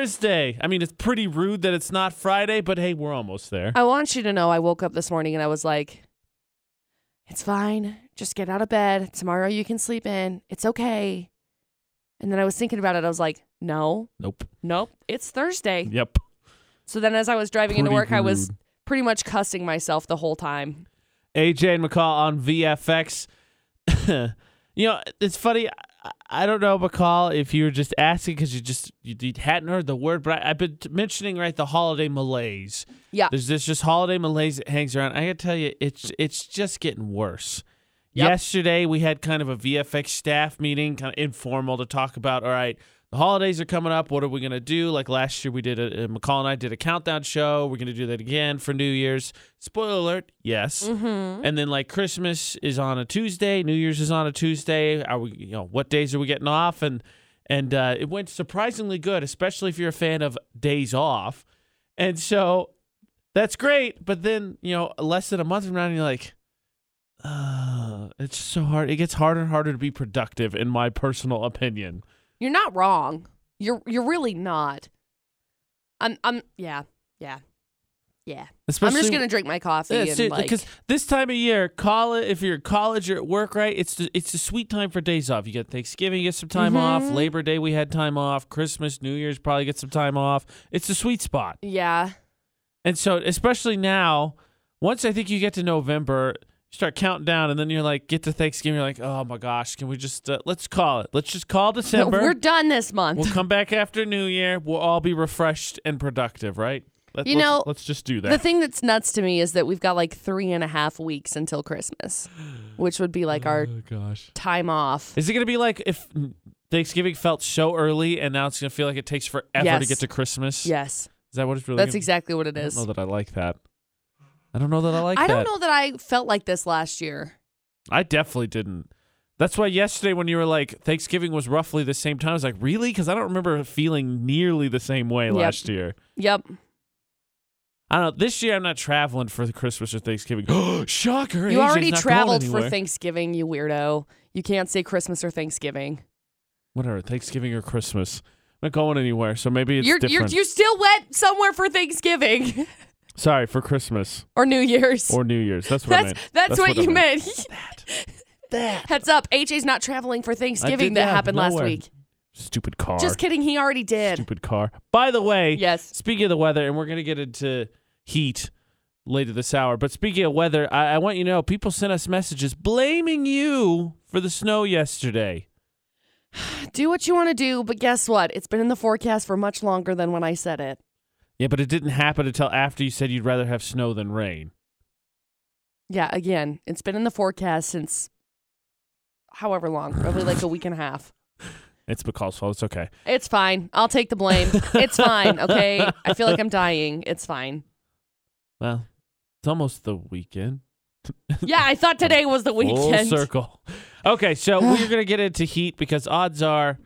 Thursday. I mean, it's pretty rude that it's not Friday, but hey, we're almost there. I want you to know I woke up this morning and I was like, it's fine. Just get out of bed. Tomorrow you can sleep in. It's okay. And then I was thinking about it. I was like, no, Nope. nope, it's Thursday. Yep. So then as I was driving into Pretty work, I was rude. pretty much cussing myself the whole time. AJ and McCall on VFX. you know, it's funny. I, I don't know, McCall, if you were just asking because you just you, you hadn't heard the word, but I, I've been mentioning right the holiday malaise. Yeah. There's this just holiday malaise that hangs around. I gotta tell you, it's it's just getting worse. Yep. Yesterday we had kind of a VFX staff meeting, kind of informal to talk about. All right, the holidays are coming up. What are we gonna do? Like last year, we did a, uh, McCall and I did a countdown show. We're gonna do that again for New Year's. Spoiler alert, yes. Mm-hmm. And then like Christmas is on a Tuesday, New Year's is on a Tuesday. Are we, you know, what days are we getting off? And and uh, it went surprisingly good, especially if you're a fan of days off. And so that's great. But then you know, less than a month from now, and you're like, uh, it's so hard. It gets harder and harder to be productive, in my personal opinion. You're not wrong. You're you're really not. I'm I'm yeah, yeah. Yeah. Especially I'm just gonna drink my coffee Yeah, and seriously, like because this time of year, call it if you're at college or at work, right? It's the, it's the sweet time for days off. You get Thanksgiving, you get some time off. Mhm. Labor Day, we had time off. Christmas, New Year's, probably get some time off. It's the sweet spot, Yeah. and so especially now, once I think you get to November, you start counting down, and then you're like, get to Thanksgiving, you're like, oh my gosh, can we just uh, let's call it? Let's just call December. We're done this month. we'll come back after New Year. We'll all be refreshed and productive, right? Let, You let's- know, let's just do that. The thing that's nuts to me is that we've got like three and a half weeks until Christmas, which would be like our oh gosh. time off. Is it going to be like if Thanksgiving felt so early and now it's going to feel like it takes forever to Yes. get to Christmas? Yes, Is that what it's really that's gonna- exactly what it I is. don't know that I like that. I don't know that I like I that. don't know that I felt like this last year. I definitely didn't. That's why yesterday when you were like Thanksgiving was roughly the same time, I was like, really? Because I don't remember feeling nearly the same way Yep. last year. Yep. I don't know. This year I'm not traveling for the Christmas or Thanksgiving. Shocker! AJ's you already not going traveled for anywhere. Thanksgiving, you weirdo. You can't say Christmas or Thanksgiving. Whatever, Thanksgiving or Christmas. I'm not going anywhere, so maybe it's You're, you're different. you still went somewhere for Thanksgiving Sorry for Christmas or New Year's. or New Year's. That's what I that's, meant. that's what, I you meant. That Heads up, AJ's not traveling for Thanksgiving did that that, happened last nowhere. week. stupid car. Just kidding, he already did. Stupid car. By the way, Yes. Speaking of the weather, and we're gonna get into heat later this hour. But speaking of weather, I, I want you to know people sent us messages blaming you for the snow yesterday. Do what you want to do, but guess what? It's been in the forecast for much longer than when I said it. Yeah, but it didn't happen until after you said you'd rather have snow than rain. Yeah, again, it's been in the forecast since however long, probably like a week and a half. It's McCall's fault. It's okay. It's fine. I'll take the blame. It's fine, okay? I feel like I'm dying. It's fine. Well, it's almost the weekend. Yeah, I thought today was the weekend. Full circle. Okay, so we're going to get into heat because odds are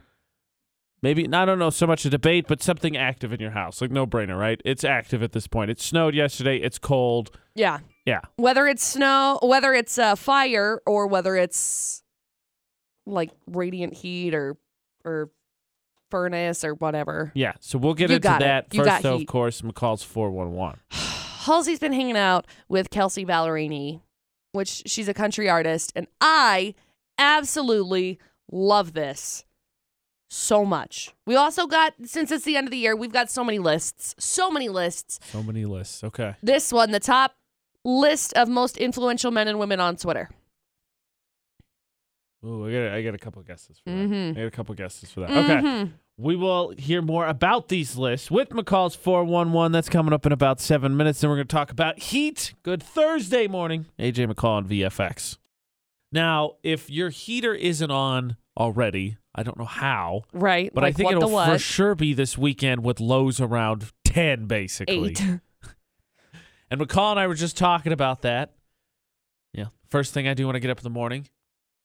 maybe, I don't know so much a debate, but something active in your house. Like, no brainer, right? It's active at this point. It snowed yesterday. It's cold. Yeah. Yeah. Whether it's snow, whether it's uh, fire, or whether it's like radiant heat or or furnace or whatever. Yeah. So we'll get You into got it. that. You First, got though, of heat. course, McCall's 411. Halsey's been hanging out with Kelsey Ballerini, which she's a country artist, and I absolutely love this so much. We also got, since it's the end of the year, we've got so many lists, so many lists. So many lists. Okay. This one, the top list of most influential men and women on Twitter. Ooh, I got, I got a couple of guesses for that. Mhm. I got a couple of guesses for that. Okay. Mhm. We will hear more about these lists with McCall's 411. That's coming up in about seven minutes. And we're going to talk about heat. Good Thursday morning. AJ McCall on VFX. Now, if your heater isn't on already, I don't know how, Right. but like, I think what the it'll what? for sure be this weekend with lows around 10, basically. Eight. And McCall and I were just talking about that. Yeah. First thing I do when I get up in the morning,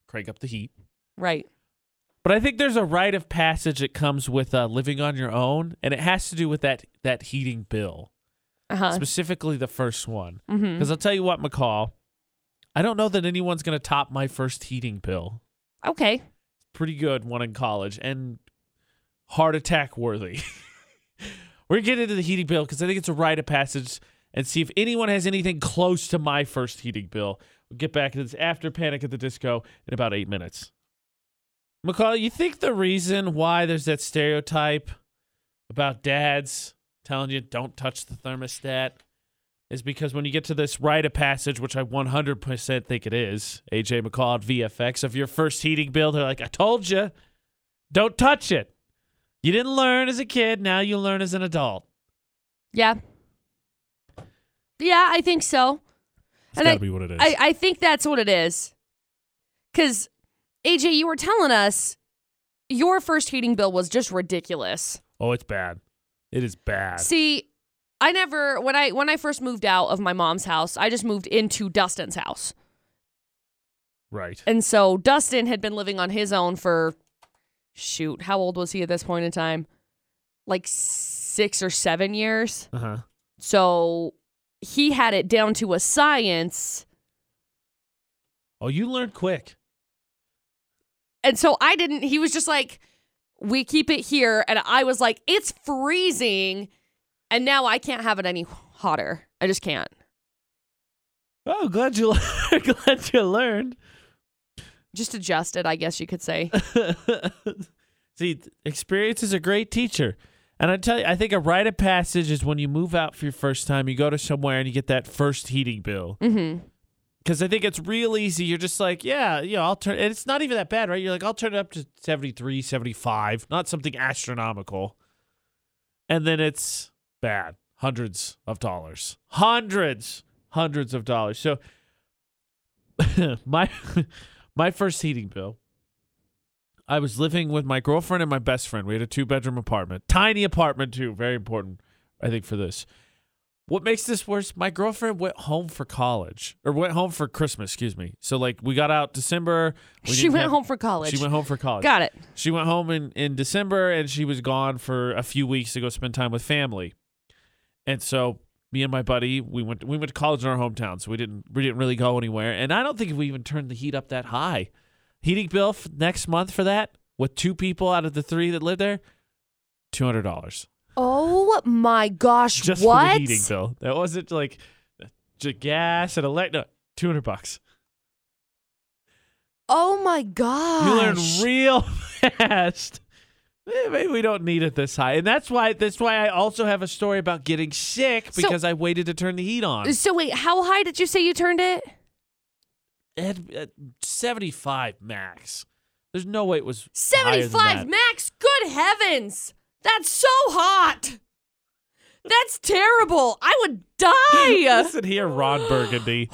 crank up the heat. right. But I think there's a rite of passage that comes with uh, living on your own, and it has to do with that that heating bill, Uh huh. specifically the first one. hmm Because I'll tell you what, McCall, I don't know that anyone's going to top my first heating bill. Okay. Pretty good one in college and heart attack worthy. We're gonna get into the heating bill because I think it's a rite of passage, and see if anyone has anything close to my first heating bill. We'll get back to this after Panic at the Disco in about eight minutes. McCall, you think the reason why there's that stereotype about dads telling you don't touch the thermostat is because when you get to this rite of passage, which I 100% think it is, AJ McCall at VFX, of your first heating bill, they're like, I told you, don't touch it. You didn't learn as a kid, now you learn as an adult. Yeah. Yeah, I think so. That's And gotta I- be what it is. I, I think that's what it is. Because, AJ, you were telling us your first heating bill was just ridiculous. oh, it's bad. It is bad. See, I never when I when I first moved out of my mom's house, I just moved into Dustin's house. right. And so Dustin had been living on his own for shoot, how old was he at this point in time? Like 6 or 7 years. Uh huh. So he had it down to a science. Oh, you learned quick. And so I didn't, he was just like, we keep it here. And I was like, it's freezing. And now I can't have it any hotter. I just can't. Oh, glad you learned. glad you learned. Just adjust it, I guess you could say. See, th- experience is a great teacher. And I tell you, I think a rite of passage is when you move out for your first time, you go to somewhere and you get that first heating bill. hmm Because I think it's real easy. You're just like, yeah, you know, I'll turn, and it's not even that bad, right? You're like, I'll turn it up to 73, 75, not something astronomical. And then it's bad. Hundreds of dollars. Hundreds, hundreds of dollars. So my my first heating bill I was living with my girlfriend and my best friend. We had a two bedroom apartment, tiny apartment too. Very important, I think, for this. What makes this worse? My girlfriend went home for college or went home for Christmas. Excuse me. So like we got out December. we She didn't went have- home for college. She went home for college. Got it. She went home in, in December and she was gone for a few weeks to go spend time with family. And so me and my buddy, we went we went to college in our hometown, so we didn't we didn't really go anywhere. And I don't think we even turned the heat up that high. Heating bill f- next month for that with two people out of the three that lived there, two hundred dollars Oh my gosh. just what? for the heating bill. That wasn't like j- gas and elect. No, two hundred bucks. Oh my gosh. You learn real fast. Eh, Maybe we don't need it this high, and that's why that's why I also have a story about getting sick So- because I waited to turn the heat on. Uh, so wait, how high did you say you turned it? It had to be at seventy-five max. There's no way it was higher than 75 that. max. Good heavens. That's so hot. That's terrible. I would die. Listen here, Ron Burgundy.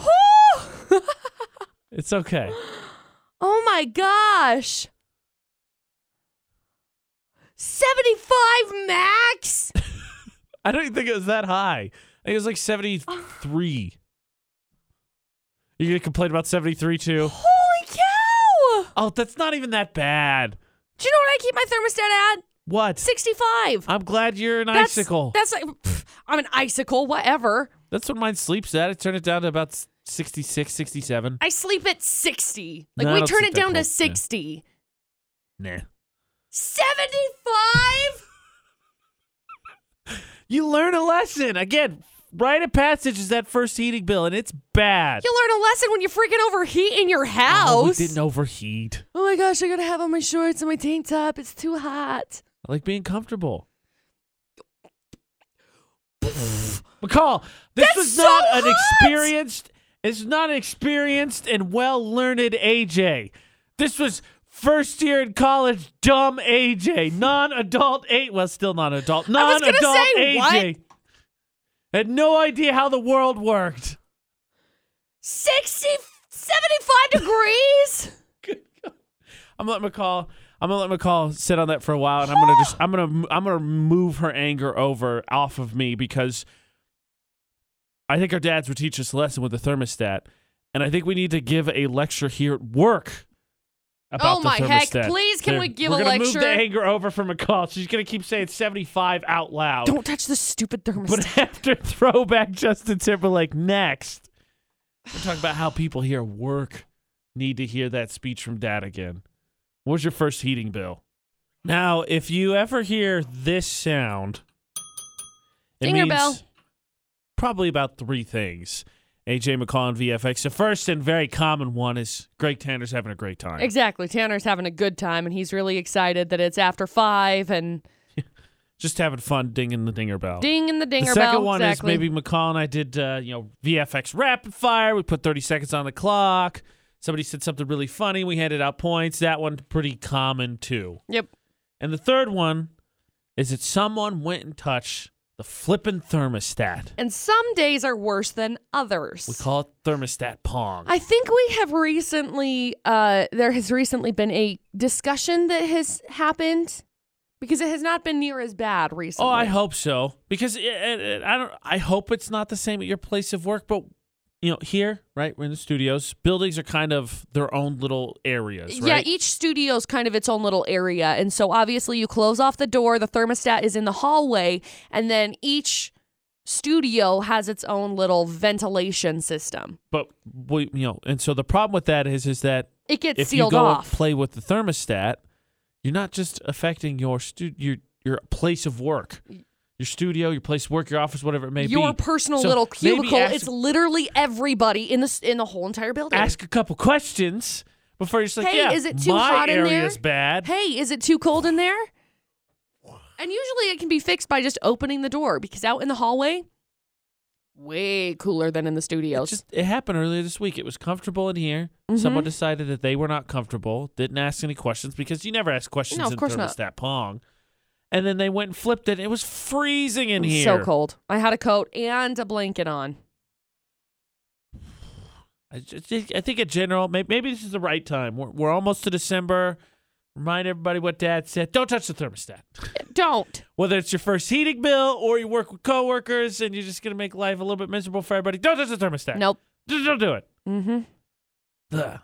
It's okay. oh my gosh. 75 max? I don't even think it was that high. I think it was like seventy-three. You gonna complain about seventy-three too? Holy cow. Oh, that's not even that bad. Do you know what I keep my thermostat at? What? 65. I'm glad you're an That's- icicle. That's like, pff, I'm an icicle, whatever. That's what mine sleeps at. I turn it down to about s- 66, 67. I sleep at 60. Like, No, I we don't turn sleep it that down to close, yeah. 60. Nah. 75? You learn a lesson. Again, rite of passage is that first heating bill, and it's bad. You learn a lesson when you freaking overheat in your Oh, we house. didn't overheat. Oh my gosh, I gotta have on my shorts and my tank top. It's too hot. I like being comfortable. McCall, this That's was so not an hot! experienced. It's not an experienced and well learned AJ. This was first year in college, dumb AJ, non-adult eight. Well, still non-adult, I was gonna non-adult say, AJ. what? Had no idea how the world worked. 60, 75 degrees? I'm gonna let McCall. I'm gonna let McCall sit on that for a while, and I'm gonna just. I'm gonna. I'm gonna move her anger over off of me because I think our dads would teach us a lesson with the thermostat, and I think we need to give a lecture here at work. About Oh the my heck, thermostat. please can we give we're a gonna Move lecture? the anger over from McCall. She's gonna keep saying 75 out loud. Don't touch the stupid thermostat. But after throwback Justin Timberlake next, we're talking about how people here at work need to hear that speech from dad again. What was your first heating bill? Now, if you ever hear this sound, It Dinger means bell. probably about three things. AJ McCall and VFX. The first and very common one is Greg Tanner's having a great time. Exactly. Tanner's having a good time and he's really excited that it's after five and Just having fun dinging the dinger bell. ding in the dinger Oh. the second bell. one exactly. is maybe McCall and I did, uh, you know, VFX rapid fire. We put 30 seconds on the clock. Somebody said something really funny. We handed out points. That one pretty common too. Yep. And the third one is that someone went and touched the flippin' thermostat. And some days are worse than others. We call it thermostat pong. I think we have recently, uh, there has recently been a discussion that has happened because it has not been near as bad recently. oh, I hope so because it, it, it- I don't. I hope it's not the same at your place of work, but you know, here, right? We're in the studios. Buildings are kind of their own little areas, Yeah, right? each studio's kind of its own little area. And so obviously you close off the door, the thermostat is in the hallway, and then each studio has its own little ventilation system. but we, you know, and so the problem with that is, is that It gets if you sealed go off. play with the thermostat, you're not just affecting your stu- your your place of work, your studio, your place of work, your office, whatever it may be. Your personal So little maybe cubicle. ask- It's literally everybody in the in the whole entire building. ask a couple questions before you're just like, Hey, yeah, is it too my hot in there? area's bad. hey, is it too cold in there? And usually it can be fixed by just opening the door because out in the hallway, way cooler than in the It studios. just it happened earlier this week. It was comfortable in here. Mhm. Someone decided that they were not comfortable, didn't ask any questions because you never ask questions No, of in course not. thermostat pong. And then they went and flipped it. It was freezing in here. So cold. I had a coat and a blanket on. I, ju- ju- I think in general, maybe, maybe this is the right time. We're, we're almost to December. Remind everybody what Dad said. Don't touch the thermostat. Don't. Whether it's your first heating bill or you work with coworkers and you're just gonna make life a little bit miserable for everybody. Don't touch the thermostat. Nope. D- don't do it. Mm-hmm. Ugh.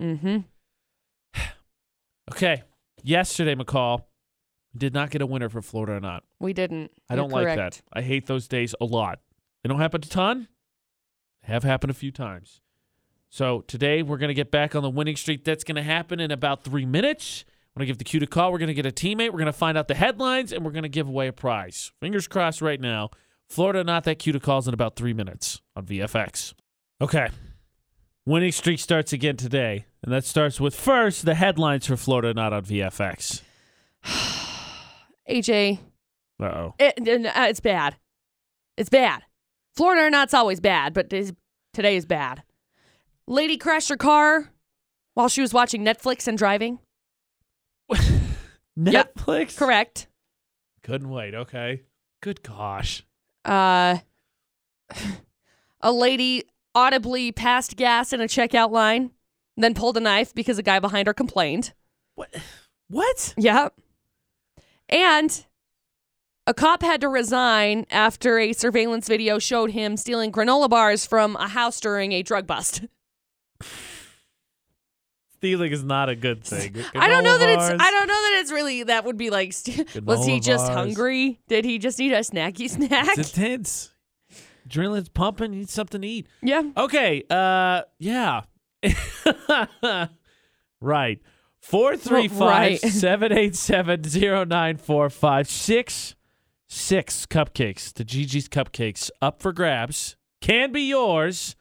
Mm-hmm. Okay. Yesterday, McCall did not get a winner for Florida or not. We didn't. I You're don't like that. correct. I hate those days a lot. They don't happen a ton. They have happened a few times. So today we're going to get back on the winning streak. That's going to happen in about three minutes. I'm going to give the cue to call. We're going to get a teammate. We're going to find out the headlines, and we're going to give away a prize. Fingers crossed right now. Florida not that cue to calls in about three minutes on VFX. Okay. Winning streak starts again today, and that starts with first the headlines for Florida not on VFX. AJ, Uh oh. it, n- uh, it's bad. It's bad. Florida or not's always bad, but is- today is bad. Lady crashed her car while she was watching Netflix and driving. Yep. Netflix? Correct. Couldn't wait. Okay. Good gosh. Uh, a lady audibly passed gas in a checkout line, then pulled a knife because a guy behind her complained. What? What? Yep. And a cop had to resign after a surveillance video showed him stealing granola bars from a house during a drug bust. Stealing is not a good thing. I don't know that it's Granola I don't know that it's really that would be like st- was he Granola just bars. hungry? Did he just need a snacky snack? bars. It's intense. Adrenaline's pumping. You need something to eat. yeah. Okay. Uh. Yeah. right. Four three five Right. seven eight seven zero nine four five six six cupcakes. The Gigi's cupcakes up for grabs. Can be yours.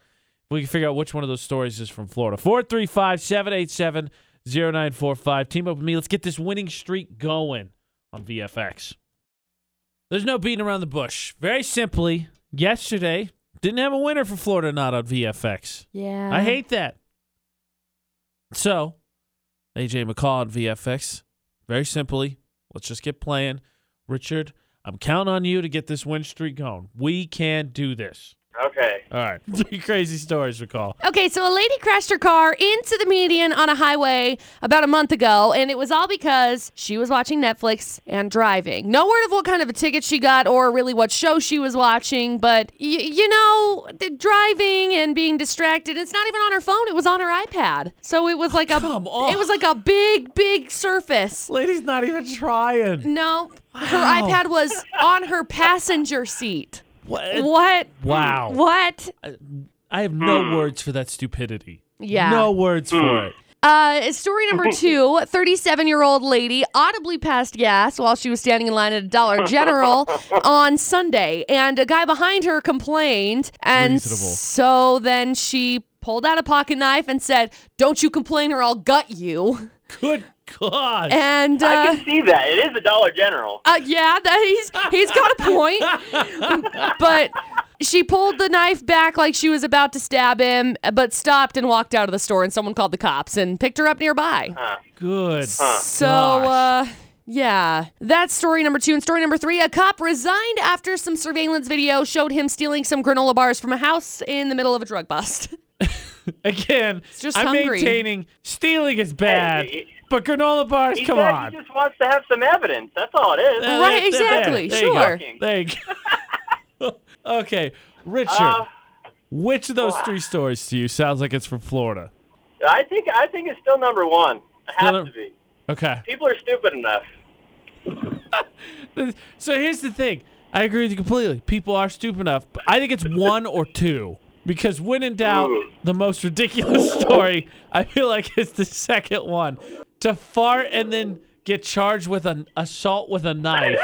We can figure out which one of those stories is from Florida. Four three five seven eight seven zero nine four five. Team up with me. Let's get this winning streak going on VFX. There's no beating around the bush. Very simply, yesterday didn't have a winner for Florida not on VFX. Yeah. I hate that. So, AJ McCall on VFX. Very simply, let's just get playing. Richard, I'm counting on you to get this win streak going. We can do this. Okay. All right. Three crazy stories, McCall. Okay, so a lady crashed her car into the median on a highway about a month ago, and it was all because she was watching Netflix and driving. No word of what kind of a ticket she got or really what show she was watching, but y- you know, the driving and being distracted. It's not even on her phone; it was on her iPad. So it was like a Oh, Come on. it was like a big, big surface. Lady's not even trying. No, Wow. her iPad was on her passenger seat. What? What? Wow. What? I have no words for that stupidity. Yeah. No words for it. Uh, story number two 37 year old lady audibly passed gas while she was standing in line at a Dollar General on Sunday, and a guy behind her complained. And Reasonable. so then she pulled out a pocket knife and said, Don't you complain or I'll gut you. Good God. And I uh, can see that. It is a Dollar General. uh, yeah, that he's he's got a point. but she pulled the knife back like she was about to stab him, but stopped and walked out of the store. And someone called the cops and picked her up nearby. Good. So, uh, Gosh. yeah, that's story number two. And story number three a cop resigned after some surveillance video showed him stealing some granola bars from a house in the middle of a drug bust. Again, just I'm hungry. maintaining stealing is bad, Hey, he- but granola bars, He come said on. he just wants to have some evidence. That's all it is. Uh, there- Right, there- exactly, There, you go. sure. There you go. okay, Richard, Uh, which of those three stories to you sounds like it's from Florida? I think I think it's still number one. It has Still num- to be. Okay. People are stupid enough. So here's the thing. I agree with you completely. People are stupid enough. But I think it's one or two. Because when in doubt, Ooh. the most ridiculous story, I feel like it's the second one. To fart and then get charged with an assault with a knife.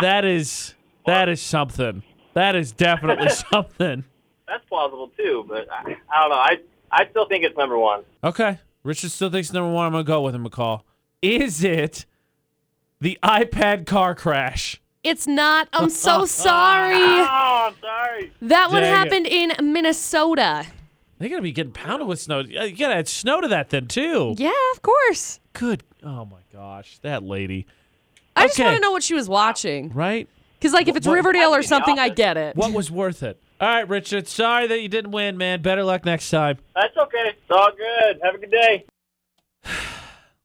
that is that is something. That is definitely something. That's plausible too, but I, I don't know. I I still think it's number one. Okay. Richard still thinks number one. I'm gonna go with him, McCall. Is it the iPad car crash? It's not. I'm so sorry. Oh, I'm sorry. That one Dang it. happened in Minnesota. They're gonna be getting pounded with snow. You gotta add snow to that then too. Yeah, of course. Good. Oh my gosh, that lady. I just Okay. want to know what she was watching. Right? Because, like, if it's What- Riverdale I or did the something, I opposite. get it. What was worth it? All right, Richard. Sorry that you didn't win, man. Better luck next time. That's okay. It's all good. Have a good day.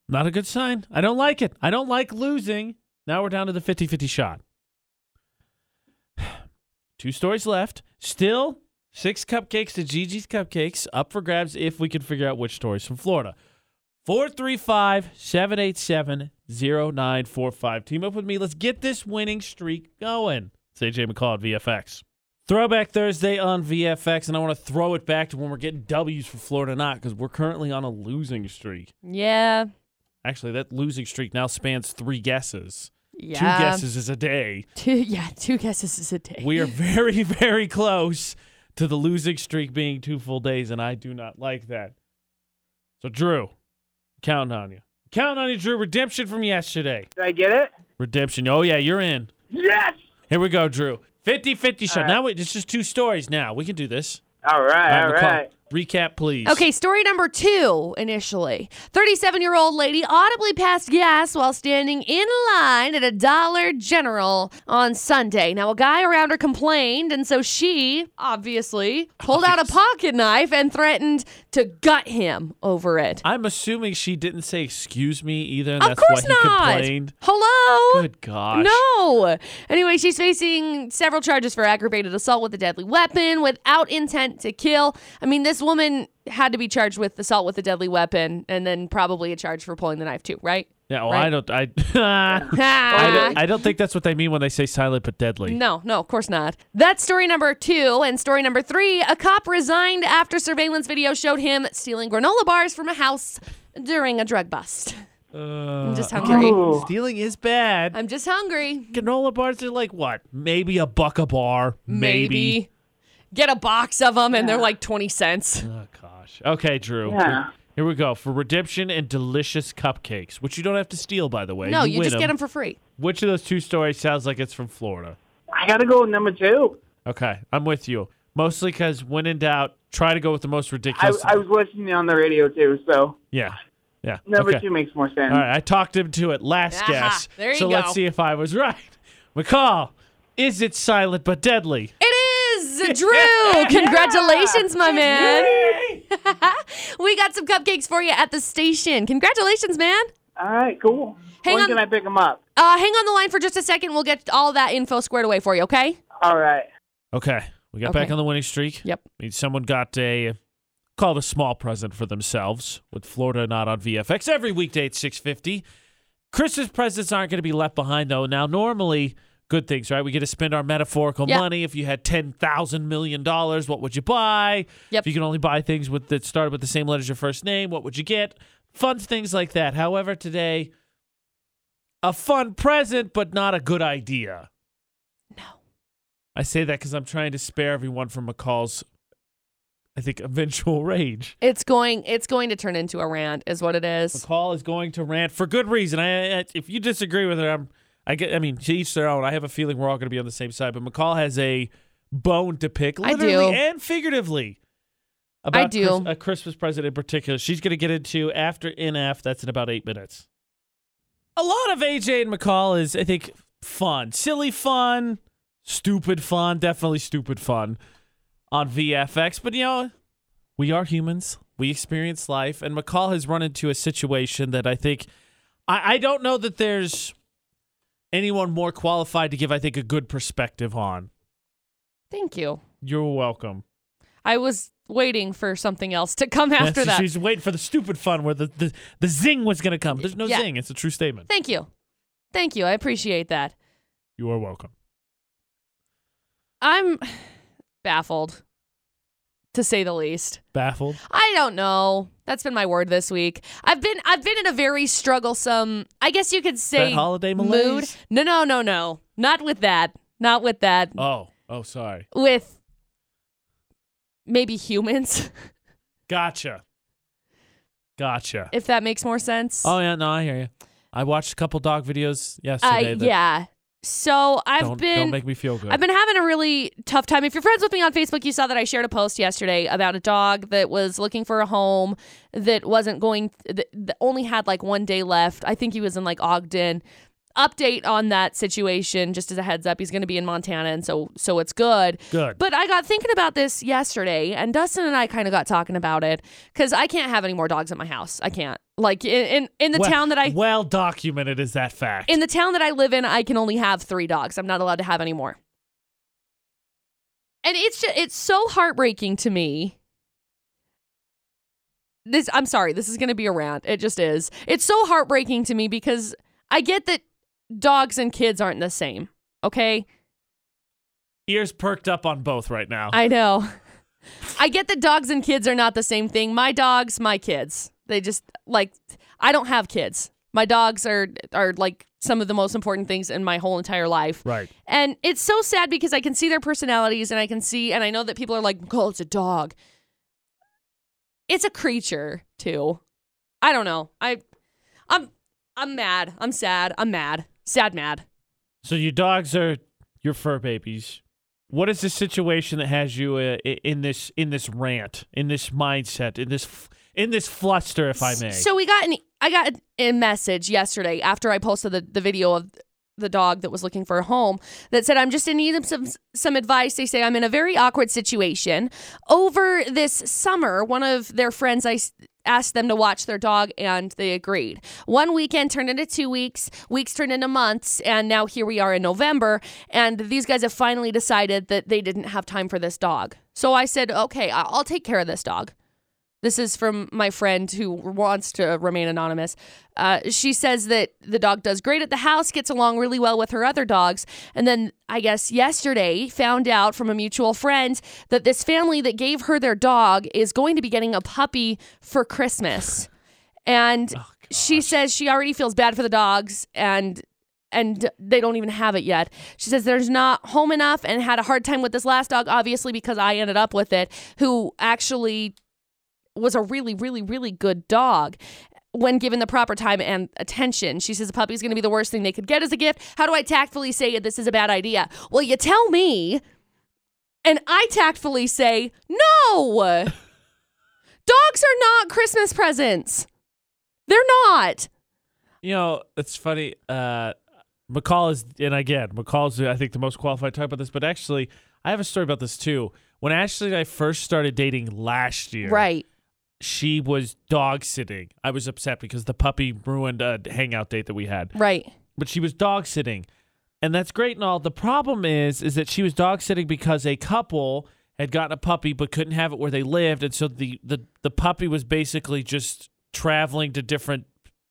Not a good sign. I don't like it. I don't like losing. Now we're down to the 50 50 shot. Two stories left. Still six cupcakes to Gigi's Cupcakes up for grabs if we can figure out which stories from Florida. 435 787 0945. Team up with me. Let's get this winning streak going. It's AJ McCall at VFX. Throwback Thursday on VFX, and I want to throw it back to when we're getting W's for Florida, not because we're currently on a losing streak. Yeah. Actually, that losing streak now spans three guesses. Yeah. Two guesses is a day. Two, yeah, two guesses is a day. We are very, very close to the losing streak being two full days, and I do not like that. So, Drew, counting on you. Counting on you, Drew. Redemption from yesterday. Did I get it? Redemption. Oh, yeah, you're in. Yes. Here we go, Drew. 50 50 shot. right. Now, wait, it's just two stories now. We can do this. All right. All McCall, right. Recap, please. Okay, story number two initially. 37 year old lady audibly passed gas while standing in line at a Dollar General on Sunday. Now, a guy around her complained, and so she obviously pulled out a pocket knife and threatened to gut him over it. I'm assuming she didn't say excuse me either, and Of that's course why he not. complained. Hello? Good gosh. No. Anyway, she's facing several charges for aggravated assault with a deadly weapon without intent to kill. I mean, this woman had to be charged with assault with a deadly weapon and then probably a charge for pulling the knife too, right? Yeah, well, Right. I don't. I. I Ah. don't, I don't think that's what they mean when they say silent but deadly. No, no, of course not. That's story number two. And story number three a cop resigned after surveillance video showed him stealing granola bars from a house during a drug bust. I'm Uh, just hungry. Stealing is bad. I'm just hungry. Granola bars are like what? Maybe a buck a bar. Maybe. Maybe. Get a box of them and they're like 20 cents. Oh gosh. Okay, Drew. Yeah. Here we go for redemption and delicious cupcakes, which you don't have to steal, by the way. No, you win just get them for free. Which of those two stories sounds like it's from Florida? I gotta go with number two. Okay, I'm with you. Mostly because when in doubt, try to go with the most I, ridiculous. I was listening on the radio too, so yeah, yeah. number okay. two makes more sense. All right, I talked him to it last Aha, guess. there you so let's go. see if I was right. McCall, is it silent but deadly? It is Drew. Congratulations, my man. We got some cupcakes for you at the station. Congratulations, man. All right, cool. Hang when on- can I pick them up? Uh, hang on the line for just a second. We'll get all that info squared away for you, okay? All right. Okay, we got back Okay. on the winning streak. Yep. I mean, someone got a called a small present for themselves with Florida not on VFX every weekday at 6:50. Christmas presents aren't going to be left behind though. Now, normally good things, right? We get to spend our metaphorical Yeah. money. If you had ten thousand million dollars, what would you buy? Yep. If you could only buy things with that started with the same letter as your first name, what would you get? Fun things like that. However, today, a fun present, but not a good idea. No. I say that because I'm trying to spare everyone from McCall's, I think, eventual rage. It's going it's going to turn into a rant is what it is. McCall is going to rant for good reason. I, I if you disagree with her, I'm I get I mean, to each their own. I have a feeling we're all going to be on the same side, but McCall has a bone to pick I literally do. and figuratively. About do. Chris- a Christmas present in particular. She's going to get into after NF. That's in about 8 minutes. A lot of AJ and McCall is I think fun. Silly fun, stupid fun, definitely stupid fun on VFX, but you know, we are humans. We experience life. And McCall has run into a situation that I think I, I don't know that there's anyone more qualified to give, I think, a good perspective on. Thank you. You're welcome. I was waiting for something else to come after That's- that. She's waiting for the stupid fun where the, the, the zing was going to come. There's no Yeah. zing. It's a true statement. Thank you. Thank you. I appreciate that. You are welcome. I'm baffled to say the least. Baffled? I don't know. That's been my word this week. I've been I've been in a very strugglesome, I guess you could say that holiday mood. malaise? No, no, no, no. Not with that. Not with that. Oh, oh, sorry. with maybe humans, Gotcha. Gotcha. if that makes more sense. Oh, yeah. No, I hear you. I watched a couple dog videos Uh, yesterday. that yeah. So I've don't, been don't make me feel good. I've been having a really tough time. If you're friends with me on Facebook, you saw that I shared a post yesterday about a dog that was looking for a home that wasn't going, that, that only had like one day left. I think he was in like Ogden. Update on that situation, just as a heads up, he's going to be in Montana, and so so it's good. Good. But I got thinking about this yesterday, and Dustin and I kind of got talking about it because I can't have any more dogs at my house. I can't. Like in in, in the well, town that I well documented is that fact. in the town that I live in, I can only have three dogs. I'm not allowed to have any more. And it's just it's so heartbreaking to me. This I'm sorry, this is gonna be a rant. It just is. It's so heartbreaking to me because I get that dogs and kids aren't the same. Okay? Ears perked up on both right now. I know. I get that dogs and kids are not the same thing. My dogs, my kids. They just like I don't have kids. My dogs are are like some of the most important things in my whole entire life. right. And it's so sad because I can see their personalities and I can see, and I know that people are like, oh, it's a dog. It's a creature too. I don't know. I, I'm, I'm mad. I'm sad. I'm mad. Sad, mad. So your dogs are your fur babies. What is the situation that has you uh, i- in this in this rant, in this mindset, in this f- in this fluster, if I may? So we got an, I got a message yesterday after I posted the, the video of the dog that was looking for a home that said, I'm just in need of some, some advice. They say, I'm in a very awkward situation. Over this summer, one of their friends, I s- asked them to watch their dog and they agreed. One weekend turned into two weeks, weeks turned into months, and now here we are in November. And these guys have finally decided that they didn't have time for this dog. So I said, okay, I- I'll take care of this dog. This is from my friend who wants to remain anonymous. Uh, she says that the dog does great at the house, gets along really well with her other dogs. And then I guess yesterday found out from a mutual friend that this family that gave her their dog is going to be getting a puppy for Christmas. And she says she already feels bad for the dogs and and they don't even have it yet. She says there's not home enough and had a hard time with this last dog obviously because I ended up with it who actually was a really, really, really good dog when given the proper time and attention. She says a puppy's going to be the worst thing they could get as a gift. How do I tactfully say this is a bad idea? Well, you tell me, and I tactfully say, no, dogs are not Christmas presents. They're not. you know, it's funny. Uh, McCall is, and again, McCall's, I think, the most qualified to talk about this. But actually, I have a story about this too. When Ashley and I first started dating last year, Right. she was dog sitting. I was upset because the puppy ruined a hangout date that we had. Right. but she was dog sitting. And that's great and all. The problem is is that she was dog sitting because a couple had gotten a puppy but couldn't have it where they lived and so the the, the puppy was basically just traveling to different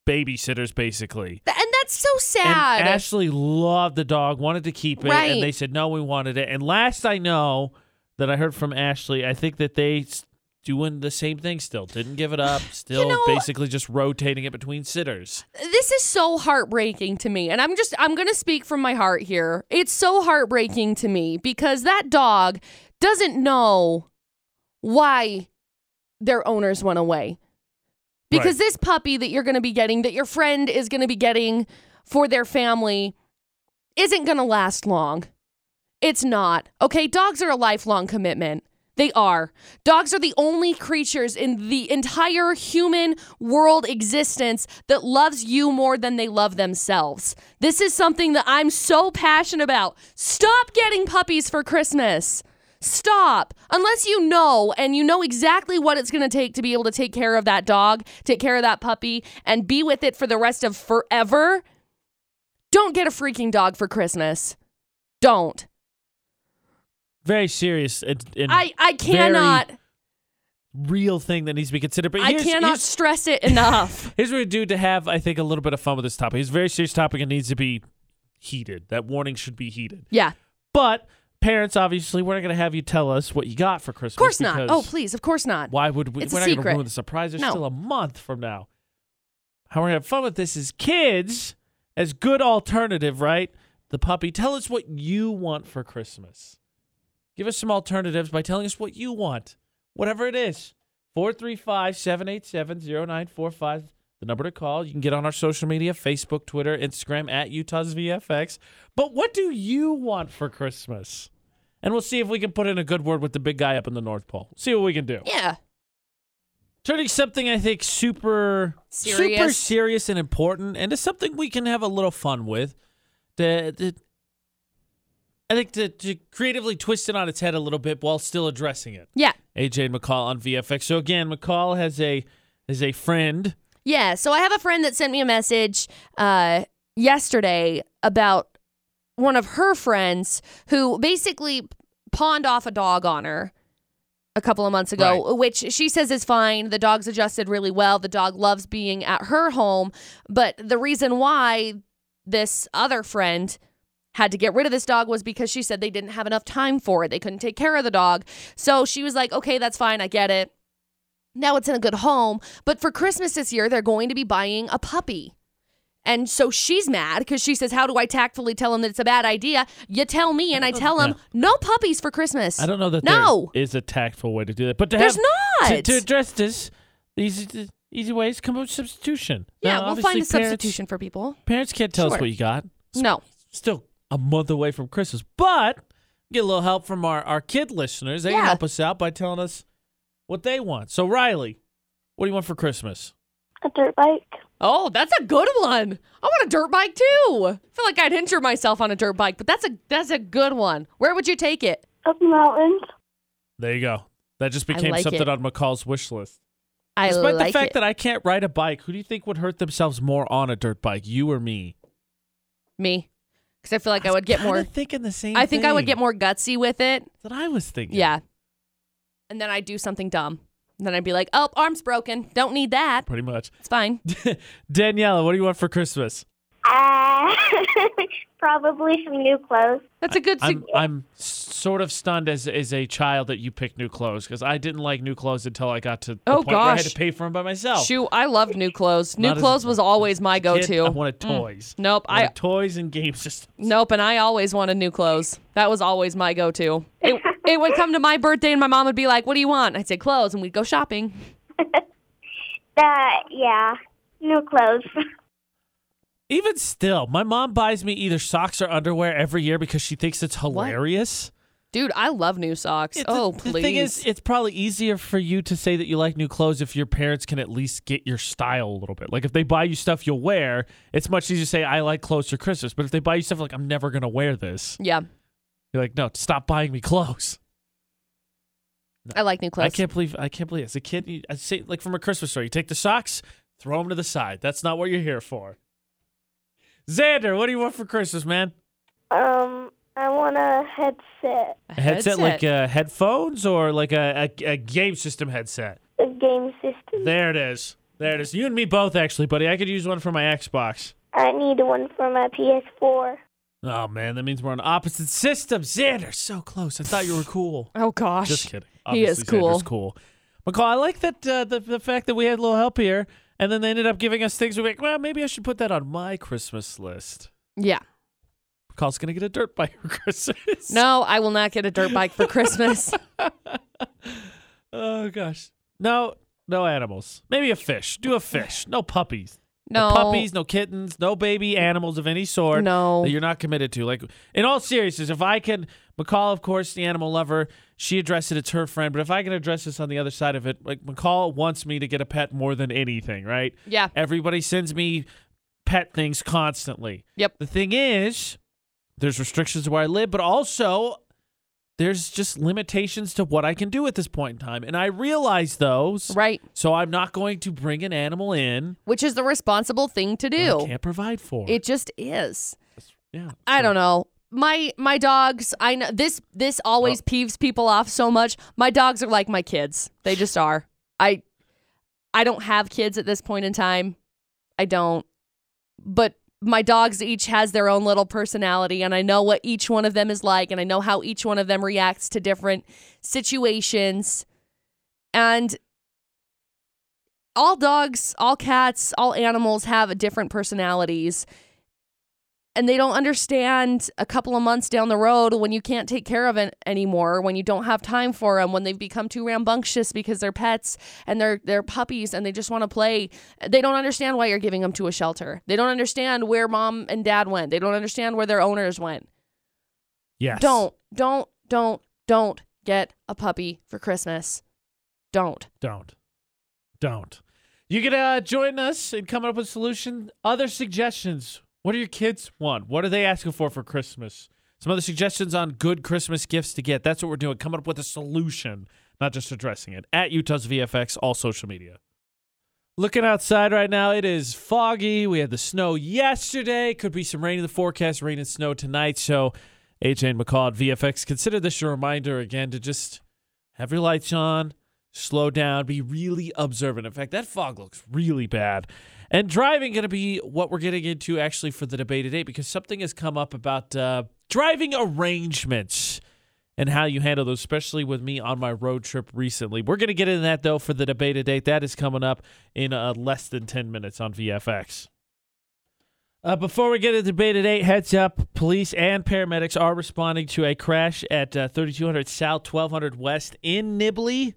babysitters basically. Th- and that's That's so And sad. Ashley loved the dog, wanted to keep it, Right. and they said no, we wanted it. And last I know that I heard from Ashley, I think that they s- doing the same thing still, didn't give it up, still know- basically just rotating it between sitters. this is so heartbreaking to me and i'm just i'm gonna speak from my heart here it's so heartbreaking to me because that dog doesn't know why their owners went away because Right. this puppy that you're gonna be getting that your friend is gonna be getting for their family isn't gonna last long it's not okay dogs are a lifelong commitment they are. Dogs are the only creatures in the entire human world existence that loves you more than they love themselves. This is something that I'm so passionate about. Stop getting puppies for Christmas. Stop. Unless you know and you know exactly what it's going to take to be able to take care of that dog, take care of that puppy, and be with it for the rest of forever, don't get a freaking dog for Christmas. Don't. Very serious and, and I, I cannot. real thing that needs to be considered. But I here's- cannot here's- stress it enough. Here's what we do to have, I think, a little bit of fun with this topic. It's a very serious topic and needs to be heated. That warning should be heated. yeah, of But parents, obviously, we're not going to have you tell us what you got for Christmas. Of course not. Oh, please, of course not. Why would we? It's a we're not going to secret. ruin the surprise. There's No. still a month from now. How we're going to have fun with this is kids as good alternative, right? The puppy. Tell us what you want for Christmas. Give us some alternatives by telling us what you want, whatever it is. 435 787 0945, the number to call. You can get on our social media Facebook, Twitter, Instagram at Utah's VFX. But what do you want for Christmas? And we'll see if we can put in a good word with the big guy up in the North Pole. See what we can do. Yeah. Turning something I think super super Serious. serious and important into something we can have a little fun with. To, to- I think to, to creatively twist it on its head a little bit while still addressing it. Yeah. AJ and McCall on VFX. So again, McCall has a has a friend. Yeah. So I have a friend that sent me a message uh, yesterday about one of her friends who basically pawned off a dog on her a couple of months ago, which she says is fine. The dog's adjusted really well. The dog loves being at her home. But the reason why this other friend had to get rid of this dog was because she said they didn't have enough time for it. They couldn't take care of the dog. So she was like, okay, that's fine. I get it. Now it's in a good home. But for Christmas this year, they're going to be buying a puppy. And so she's mad because she says, How do I tactfully tell him that it's a bad idea? You tell me, and I tell him, Yeah. No puppies for Christmas. I don't know that No. there is a tactful way to do that, but to There's have, not. to, to address this easy easy ways come up with substitution. yeah, Now, we'll find a obviously parents- substitution for people. Parents can't tell us Sure. what you got. No. still a month away from Christmas, but get a little help from our, our kid listeners. They can Yeah. help us out by telling us what they want. So, Riley, what do you want for Christmas? A dirt bike? Oh, that's a good one. I want a dirt bike too. I feel like I'd injure myself on a dirt bike, but that's a that's a good one. Where would you take it? Up the mountains? There you go. That just became like something it. on McCall's wish list. I Despite like the fact it. that I can't ride a bike, who do you think would hurt themselves more on a dirt bike, you or me? Me, because I feel like I, would get Kinda more. Thinking the same. I think I would thing get more gutsy with it. That I was thinking. Yeah. And then I'd do something dumb. And then I'd be like, "Oh, arm's broken. Don't need that. pretty much. It's fine." Daniela, what do you want for Christmas? Uh, probably some new clothes. That's a good. I'm Su- I'm sort of stunned as as a child that you picked new clothes because I didn't like new clothes until I got to the Oh, point where I had gosh. to pay for them by myself. Shoot, I loved new clothes. New oh. Not as- clothes was always my Kid, I go-to. wanted toys. Mm. Nope, I I wanted toys and games. Just Nope, and I always wanted new clothes. That was always my go-to. It, it would come to my birthday, and my mom would be like, "What do you want?" I'd say clothes, and we'd go shopping. Uh, yeah, new clothes. even still, my mom buys me either socks or underwear every year because she thinks it's hilarious. Dude, I love new socks. It- oh, the, please. The thing is, it's probably easier for you to say that you like new clothes if your parents can at least get your style a little bit. Like if they buy you stuff you'll wear, it's much easier to say I like clothes for Christmas. But if they buy you stuff like I'm never gonna wear this, yeah, you're like, no, stop buying me clothes. I like new clothes. I can't believe I can't believe as a kid, you, I say like from a Christmas store, you take the socks, throw them to the side. That's not what you're here for. Xander, what do you want for Christmas, man? Um, I want a headset, A headset, like uh, headphones or like a, a, a game system headset. a game system. There it is. There it is. You and me both, actually, buddy. I could use one for my Xbox. Uh, I need one for my PS4. Oh man, that means we're on opposite systems. Xander, so close. I thought you were cool. Oh gosh. Just kidding. He is Obviously Xander's cool. cool. McCall, I like that uh, the the fact that we had a little help here, and then they ended up giving us things. We're like, well, maybe I should put that on my Christmas list. Yeah. McCall's gonna get a dirt bike for Christmas. No, I will not get a dirt bike for Christmas. Oh gosh. No, no animals. Maybe a fish. Do a fish. No puppies. No. puppies, no kittens, no baby animals of any sort. No. That you're not committed to. Like in all seriousness, if I can McCall, of course, the animal lover, she addressed it, it's her friend, but if I can address this on the other side of it, like McCall wants me to get a pet more than anything, right? Yeah. Everybody sends me pet things constantly. Yep. The thing is, there's restrictions where I live, but also there's just limitations to what I can do at this point in time. And I realize those. Right. So I'm not going to bring an animal in Which is the responsible thing to that I do. can't provide for. It just is. yeah. I don't know. My my dogs, I know this this always peeves people off so much. My dogs are like my kids. They just are. I I don't have kids at this point in time. I don't. But my dogs each has their own little personality and I know what each one of them is like and I know how each one of them reacts to different situations. And all dogs, all cats, all animals have different personalities and they don't understand a couple of months down the road when you can't take care of it anymore, when you don't have time for them, when they've become too rambunctious because they're pets and they're they're puppies and they just want to play. They don't understand why you're giving them to a shelter. They don't understand where mom and dad went. They don't understand where their owners went. Yes. Don't don't don't don't get a puppy for Christmas. Don't. Don't. Don't. You can uh, join us in coming up with solution. Other suggestions. What do your kids want? What are they asking for for Christmas? Some other suggestions on good Christmas gifts to get. That's what we're doing. Coming up with a solution, not just addressing it. At Utah's VFX, all social media. Looking outside right now, it is foggy. We had the snow yesterday. Could be some rain in the forecast, rain and snow tonight. So, AJ and McCall at VFX, consider this your reminder again to just have your lights on, slow down, be really observant. In fact, that fog looks really bad. And driving going to be what we're getting into actually for the debate today because something has come up about uh, driving arrangements and how you handle those, especially with me on my road trip recently. We're going to get into that though for the debate today. That is coming up in uh, less than 10 minutes on VFX. Uh, before we get into debate at 8, heads up. Police and paramedics are responding to a crash at uh, 3200 South, 1200 West in Nibley.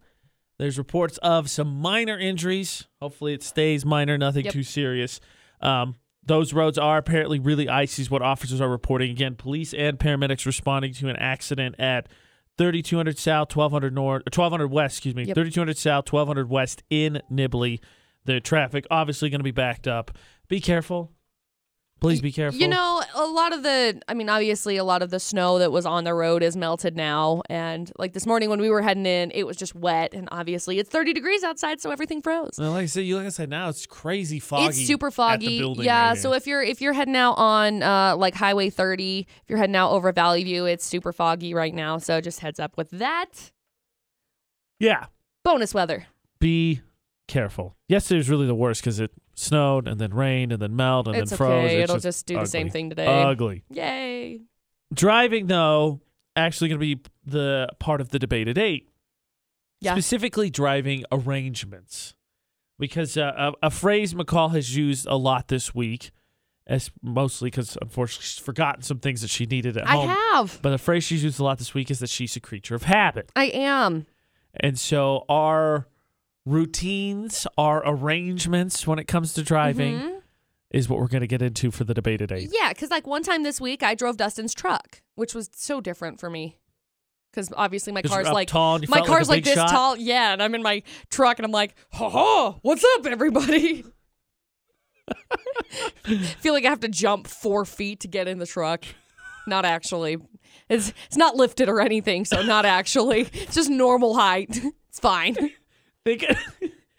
There's reports of some minor injuries. Hopefully, it stays minor, nothing Yep. too serious. Um, those roads are apparently really icy, is what officers are reporting. Again, police and paramedics responding to an accident at 3200 South, 1200 North, or 1200 West, excuse me, Yep. 3200 South, 1200 West in Nibley. The traffic obviously going to be backed up. Be careful. Please be careful. You know, a lot of the, I mean, obviously, a lot of the snow that was on the road is melted now. And like this morning when we were heading in, it was just wet. And obviously, it's 30 degrees outside, so everything froze. Well, like I said, you like I said, now it's crazy foggy. It's super at the foggy. building yeah. right so here. if you're if you're heading out on uh, like Highway 30, if you're heading out over Valley View, it's super foggy right now. So just heads up with that. yeah, Bonus weather. be careful. Yesterday was really the worst because it snowed and then rained and then melted and it's then okay. froze. It's It'll just do the same ugly. thing today. Ugly. Yay. Driving though, actually going to be the part of the debate at eight. Yeah. Specifically, driving arrangements, because uh, a, a phrase McCall has used a lot this week, as mostly because unfortunately she's forgotten some things that she needed at I home. have. But the phrase she's used a lot this week is that she's a creature of habit. I am. And so our routines, our arrangements when it comes to driving Mhm. is what we're going to get into for the debate today. Yeah, because like one time this week, I drove Dustin's truck, which was so different for me. Because obviously my 'Cause you're car's up like tall and you my felt like a car's like, big this shot. tall, yeah, and I'm in my truck and I'm like, ha ha, what's up, everybody? Feel like I have to jump four feet to get in the truck. Not actually. It's it's not lifted or anything, so not actually. It's just normal height. It's fine. Think, You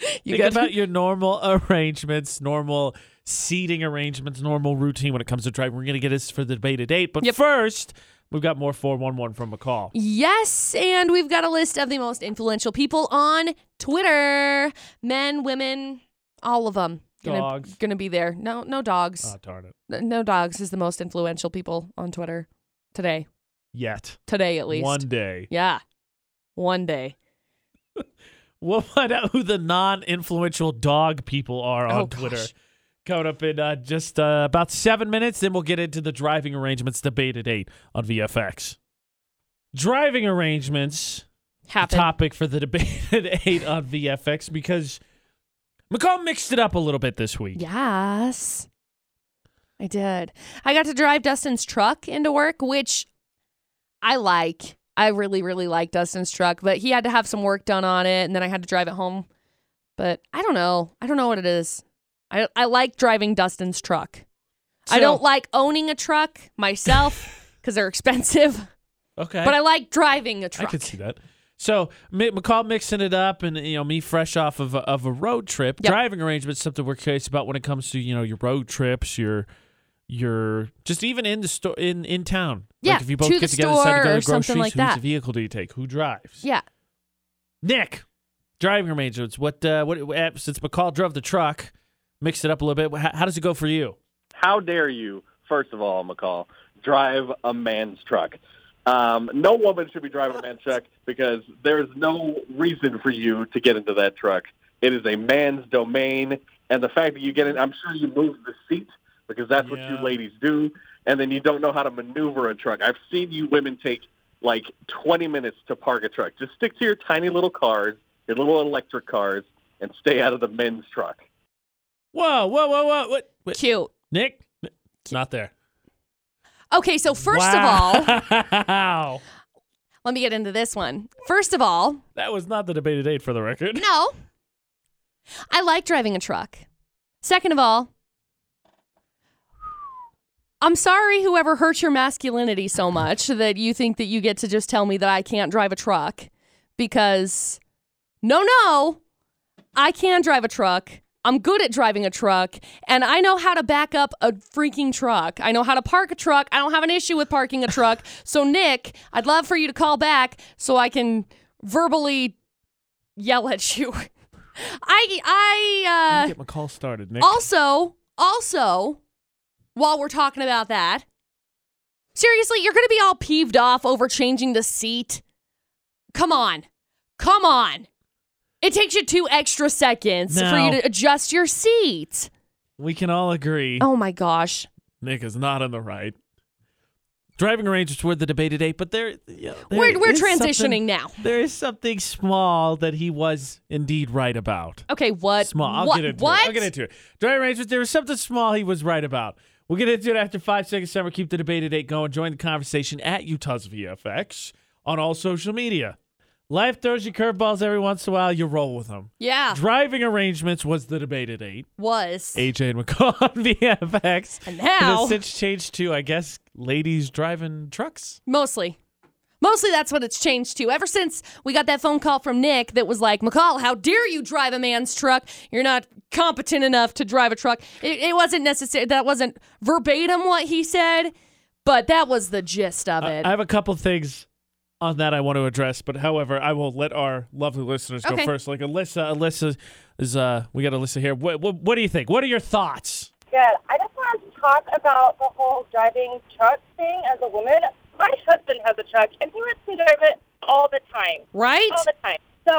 think good? about your normal arrangements, normal seating arrangements, normal routine when it comes to driving. We're going to get this for the debate today. But Yep. first, we've got more 411 from McCall. Yes, and we've got a list of the most influential people on Twitter men, women, all of them. Gonna- Dogs. Gonna be there. No, no dogs. Oh, darn it. N- no dogs is the most influential people on Twitter today. Yet. Today, at least. One day. Yeah. One day. We'll find out who the non influential dog people are on Oh, gosh. Twitter. Coming up in uh, just uh, about seven minutes, then we'll get into the driving arrangements debate at eight on VFX. Driving arrangements, the Happen. topic for the debate at eight on VFX, because McCall mixed it up a little bit this week. Yes. I did. I got to drive Dustin's truck into work, which I like. I really, really like Dustin's truck, but he had to have some work done on it, and then I had to drive it home. But I don't know. I don't know what it is. I, I like driving Dustin's truck. I So- don't like owning a truck myself because they're expensive, Okay. but I like driving a I truck. could see that. So Mi- McCall mixing it up, and you know me fresh off of a, of a road trip. Yep. Driving arrangements something we're curious about when it comes to you know your road trips, your your just even in the store in in town. Yeah, like if you both to the get together, decide to store go or to something groceries, like whose that. vehicle do you take? Who drives? Yeah. Nick, driving arrangements. What uh, what uh, since McCall drove the truck, mixed it up a little bit. How, how does it go for you? How dare you, first of all, McCall, drive a man's truck? Um, no woman should be driving a man's truck because there's no reason for you to get into that truck. It is a man's domain, and the fact that you get in, I'm sure you move the seat because that's what Yeah. you ladies do, and then you don't know how to maneuver a truck. I've seen you women take like 20 minutes to park a truck. Just stick to your tiny little cars, your little electric cars, and stay out of the men's truck. Whoa, whoa, whoa, whoa! What, what Cute. Nick? It's not there. Okay, so first of all, of all, let me get into this one. First of all, That was not the debated date for the record. No. I like driving a truck. Second of all, I'm sorry whoever hurt your masculinity so much that you think that you get to just tell me that I can't drive a truck because no, no, I can drive a truck. I'm good at driving a truck and I know how to back up a freaking truck. I know how to park a truck. I don't have an issue with parking a truck. So, Nick, I'd love for you to call back so I can verbally yell at you. I I uh get McCall started, Nick. also also while we're talking about that, seriously, you're gonna be all peeved off over changing the seat. Come on. Come on. It takes you two extra seconds for No. you to adjust your seat. we can all agree Oh my gosh. Nick is not on the right. Driving arrangements were the debate today, but there, yeah, there we're we're is transitioning something- now. There is something small that he was indeed right about. Okay, what? small. I'll what? get into what? it. I'll get into it. Driving arrangements. There was something small he was right about. We'll get into it after five seconds. Summer, keep the debate at eight going. Join the conversation at Utah's VFX on all social media. Life throws you curveballs every once in a while. You roll with them. yeah. Driving arrangements was the debate at eight. Was. AJ and McCall on VFX. And now- It's since changed to, I guess, ladies driving trucks. Mostly. Mostly that's what it's changed to. Ever since we got that phone call from Nick that was like, McCall, how dare you drive a man's truck? You're not competent enough to drive a truck. It, it wasn't necessary. That wasn't verbatim what he said, but that was the gist of I, it. I have a couple things on that I want to address, but however, I will let our lovely listeners go Okay. first. Like Alyssa, Alyssa is uh, we got Alyssa here. What, what what do you think? What are your thoughts? Good. I just wanted to talk about the whole driving truck thing as a woman. My husband has a truck, and he lets me drive it all the time. right? All the time. So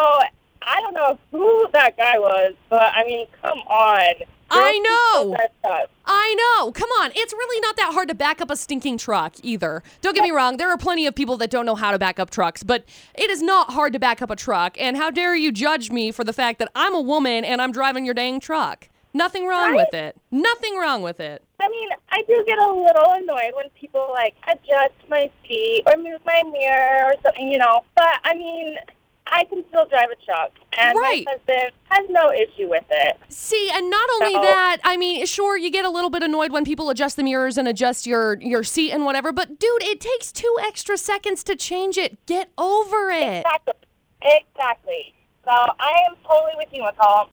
I don't know who that guy was, but I mean, come on. I know. Girls can still drive trucks. I know. Come on. It's really not that hard to back up a stinking truck either. Don't get me wrong. There are plenty of people that don't know how to back up trucks, but it is not hard to back up a truck. And how dare you judge me for the fact that I'm a woman and I'm driving your dang truck? Nothing wrong Right? with it. Nothing wrong with it. I mean, I do get a little annoyed when people like adjust my seat or move my mirror or something, you know. But I mean, I can still drive a truck, and Right. my husband has no issue with it. See, and not only So- that, I mean, sure, you get a little bit annoyed when people adjust the mirrors and adjust your your seat and whatever, but dude, it takes two extra seconds to change it. Get over it. Exactly. Exactly. So I am totally with you, McCall.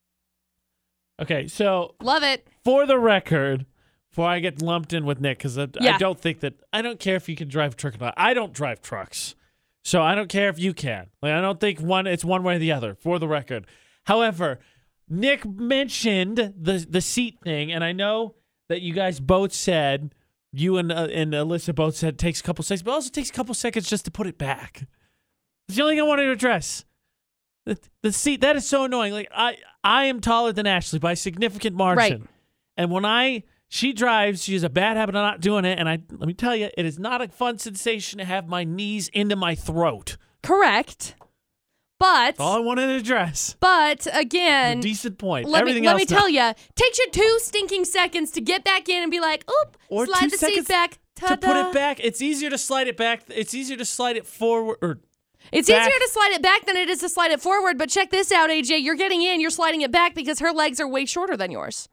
Okay, so Love it. for the record, before I get lumped in with Nick, because I, I Yeah. don't think that I don't care if you can drive a truck or not. I don't drive trucks, so I don't care if you can. Like I don't think one it's one way or the other. For the record, however, Nick mentioned the the seat thing, and I know that you guys both said you and uh, and Alyssa both said it takes a couple seconds, but it also takes a couple seconds just to put it back. It's the only thing I wanted to address. The, the seat that is so annoying. Like I I am taller than Ashley by a significant margin, Right. and when I she drives, she has a bad habit of not doing it, and I let me tell you, it is not a fun sensation to have my knees into my throat. Correct. But That's all I wanted to address. but again, Decent point. let Everything me let else me no. tell you, takes you two stinking seconds to get back in and be like, oop, Or two slide the seconds seat back. to put Ta-da. it back. It's easier to slide it back. It's easier to slide it forward. Or It's back. easier to slide it back than it is to slide it forward. But check this out, AJ. You're getting in. You're sliding it back because her legs are way shorter than yours.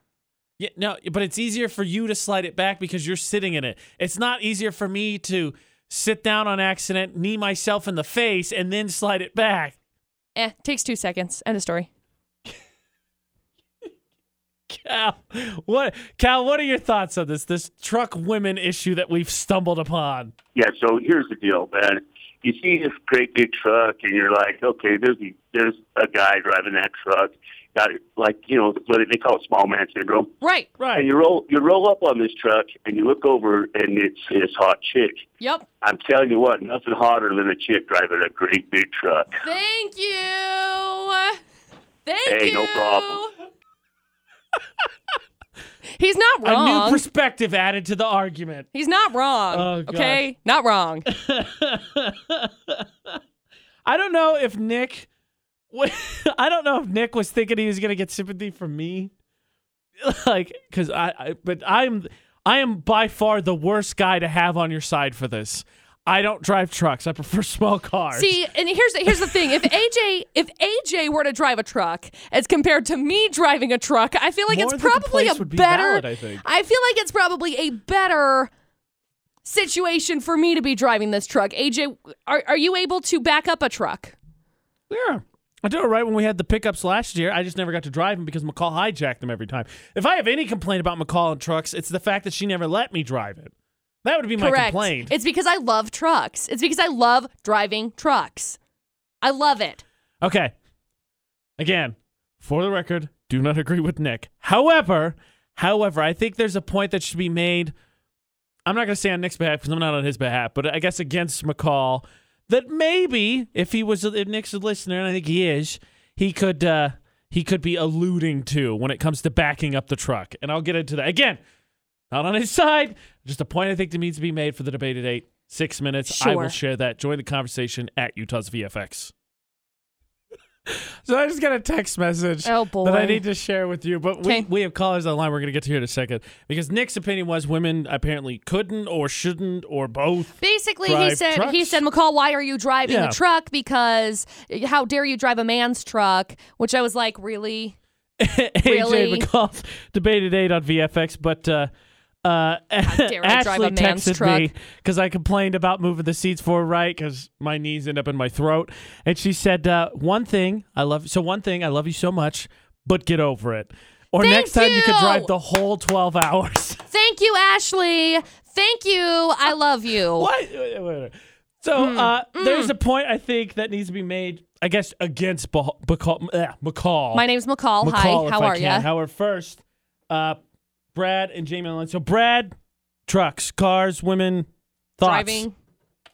yeah, no, but it's easier for you to slide it back because you're sitting in it. It's not easier for me to sit down on accident, knee myself in the face, and then slide it back. Eh, takes two seconds. End of story. Cal, what? Cal, what are your thoughts on this this truck women issue that we've stumbled upon? Yeah, so here's the deal, man. You see this great big truck, and you're like, okay, there's a, there's a guy driving that truck. Got it, like you know what they call it small man syndrome. Right. And Right. you roll you roll up on this truck, and you look over, and it's this hot chick. Yep. I'm telling you what, nothing hotter than a chick driving a great big truck. Thank you. Thank Hey, you. no problem. He's not A wrong. new perspective added to the argument. He's not wrong. Oh, gosh. okay, not wrong. I don't know if Nick. I don't know if Nick was thinking he was gonna get sympathy from me, like because I, I. But I'm I am by far the worst guy to have on your side for this. I don't drive trucks. I prefer small cars. See, and here's the, here's the thing. If AJ if AJ were to drive a truck as compared to me driving a truck, I feel like More it's than the probably place a would be better valid, I think. feel like it's probably a better situation for me to be driving this truck. AJ, are are you able to back up a truck? yeah. I do it right when we had the pickups last year. I just never got to drive them because McCall hijacked them every time. If I have any complaint about McCall and trucks, it's the fact that she never let me drive it. That would be my Correct. complaint. It's because I love trucks. It's because I love driving trucks. I love it. Okay. Again, for the record, do not agree with Nick. However, however, I think there's a point that should be made. I'm not going to say on Nick's behalf because I'm not on his behalf, but I guess against McCall that maybe if he was if Nick's a listener, and I think he is, he could uh he could be alluding to when it comes to backing up the truck. And I'll get into that again. Not on his side. Just a point I think that needs to be made for the debate at eight. Six minutes. I will Sure. share that. Join the conversation at Utah's VFX. So I just got a text message Oh, that I boy. need to share with you. But we, Okay. we have callers on the line. We're going to get to here in a second because Nick's opinion was women apparently couldn't or shouldn't or both. Basically, he drive said he trucks? said, McCall, why are you driving Yeah. a truck? Because uh, how dare you drive a man's truck? Which I was like, really? Really? AJ McCall debated eight on VFX, but uh, uh, dare I drive a Ashley man's texted truck. me because I complained about moving the seats forward right because my knees end up in my throat, and she said uh, one thing I love. So one thing I love you so much, but get over it. Or Thank next time you could you. drive the whole twelve hours. Thank you, Ashley. Thank you. I love you. What? Wait, wait, wait, wait. So Hmm. uh, there's a point I think that needs to be made, I guess, against Bah- McCall. eh, McCall. My name's McCall. McCall, Hi. if How I are can. you? However, first, uh, Brad and Jamie on the line. So Brad, trucks, cars, women, thoughts. Driving.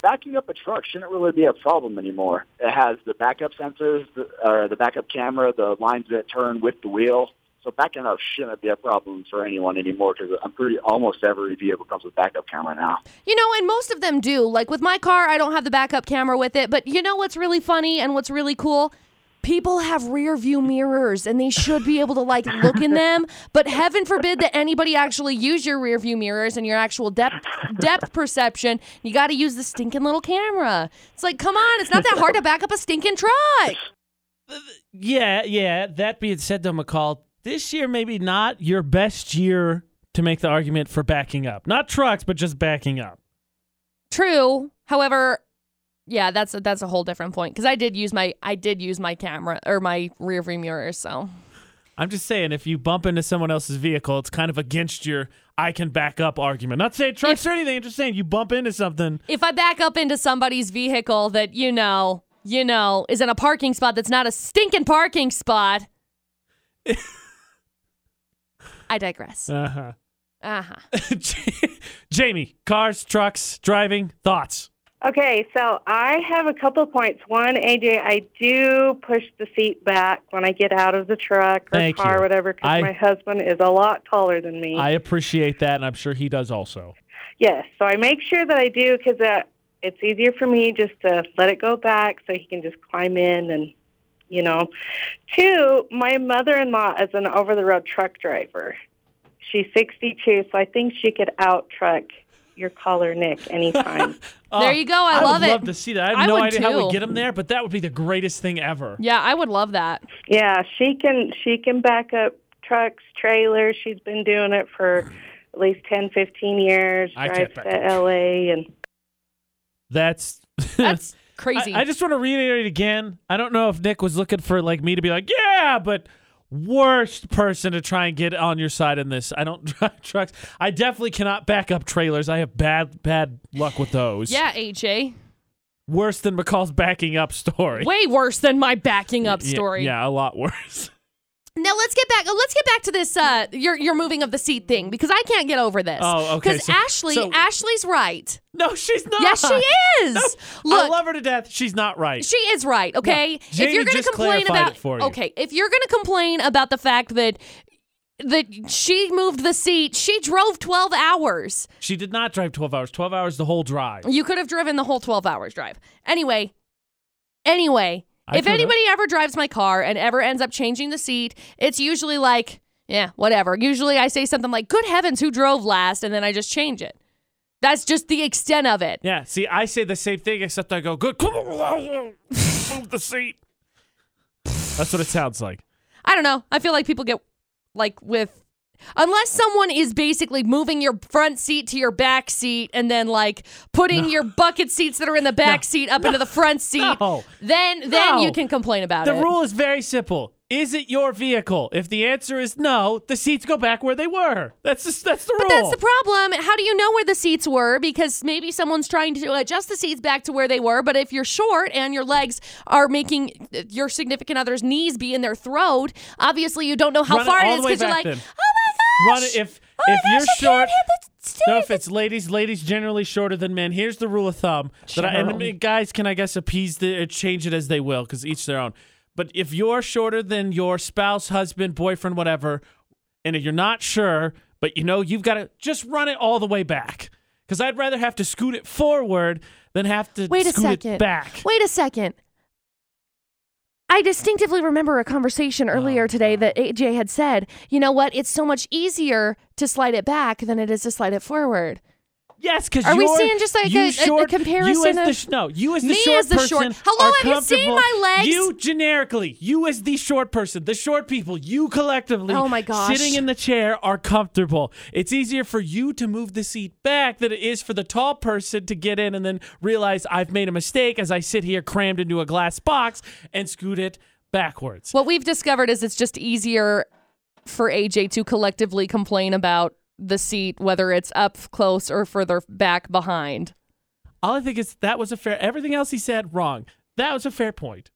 Backing up a truck shouldn't really be a problem anymore. It has the backup sensors, the, uh, the backup camera, the lines that turn with the wheel. So backing up shouldn't be a problem for anyone anymore because I'm pretty almost every vehicle comes with backup camera now. You know, and most of them do. Like with my car, I don't have the backup camera with it. But you know what's really funny and what's really cool? People have rear view mirrors and they should be able to like look in them. But heaven forbid that anybody actually use your rear view mirrors and your actual depth depth perception. You got to use the stinking little camera. It's like, come on, it's not that hard to back up a stinking truck. Yeah, yeah. That being said, though, McCall, this year maybe not your best year to make the argument for backing up. Not trucks, but just backing up. True. However, yeah, that's a, that's a whole different point because I did use my I did use my camera or my rear view mirror. So I'm just saying, if you bump into someone else's vehicle, it's kind of against your "I can back up" argument. Not saying trucks or anything. I'm just saying you bump into something. if I back up into somebody's vehicle that you know, you know, is in a parking spot that's not a stinking parking spot, I digress. Uh huh. Uh huh. Jamie, cars, trucks, driving, thoughts. Okay, so I have a couple of points. One, AJ, I do push the seat back when I get out of the truck or Thank car, you. whatever, I- because my husband is a lot taller than me. I appreciate that, and I'm sure he does also. yes, so I make sure that I do because uh, it's easier for me just to let it go back so he can just climb in and, you know. Two, my mother in law is an over the road truck driver. She's 62, so I think she could out truck your caller, Nick, anytime. There you go. I, love would it. love to see that. Ah, I have I no would idea how we too. get him there, but that would be the greatest thing ever. yeah, I would love that. Yeah, she can she can back up trucks, trailers. She's been doing it for at least 10, 15 years. I Drives can't back to up. LA and That's That's crazy. I, I just want to reiterate again. I don't know if Nick was looking for like me to be like, yeah, but worst person to try and get on your side in this. I don't drive trucks. I definitely cannot back up trailers. I have bad bad luck with those. yeah, AJ. worse than McCall's backing up story. Way worse than my backing up Yeah, story. Yeah, a lot worse. Now let's get back. Let's get back to this. Uh, your your moving of the seat thing because I can't get over this. Oh, okay, Because so- Ashley, so- Ashley's right. No, she's not. Yes, she is. I Look, love her to death. She's not right. She is right. Okay. Jamie if you're going just to complain clarified about it for you. okay, if you're going to complain about the fact that that she moved the seat, she drove 12 hours. she did not drive 12 hours. 12 hours the whole drive. You could have driven the whole 12 hours drive. Anyway, anyway, I if could've. anybody ever drives my car and ever ends up changing the seat, it's usually like, yeah, whatever. Usually I say something like, "Good heavens, who drove last?" and then I just change it. That's just the extent of it. Yeah, see, I say the same thing, except I go, good, come on, move the seat. That's what it sounds like. I don't know. I feel like people get like with unless someone is basically moving your front seat to your back seat and then like putting your bucket seats that are in the back seat up into the front seat, No. then then No. you can complain about The it. rule is very simple. Is it your vehicle? If the answer is no, the seats go back where they were. That's just, that's the but rule. that's the problem. How do you know where the seats were? Because maybe someone's trying to adjust the seats back to where they were. But if you're short and your legs are making your significant other's knees be in their throat, obviously you don't know how Run it far all it is the way because you're back like, then. oh my gosh, Run it if oh my if you're gosh, I short. can't hit the stairs. No, if it's ladies, ladies generally shorter than men. Here's the rule of thumb that I, and I mean, guys can I guess appease the or change it as they will because each their own. But if you're shorter than your spouse, husband, boyfriend, whatever, and if you're not sure, but you know you've got to just run it all the way back because I'd rather have to scoot it forward than have to Wait a scoot second. it back. Wait a second. I distinctively remember a Oh, conversation earlier today that AJ had said, you know what? It's so much easier to slide it back than it is to slide it forward. Yes, because Are we seeing just like you a- a- a short, You as comparison the, of- sh- no, you as the Me short as the person. short- Hello, are have you seen comfortable- my legs? You generically, you as the short person, the short people, you collectively. Oh my gosh. Sitting in the chair are comfortable. It's easier for you to move the seat back than it is for the tall person to get in and then realize I've made a mistake as I sit here crammed into a glass box and scoot it backwards. What we've discovered is it's just easier for AJ to collectively complain about the seat, whether it's up close or further back behind. All I think is that was a fair. Everything else he said wrong. That was a fair point.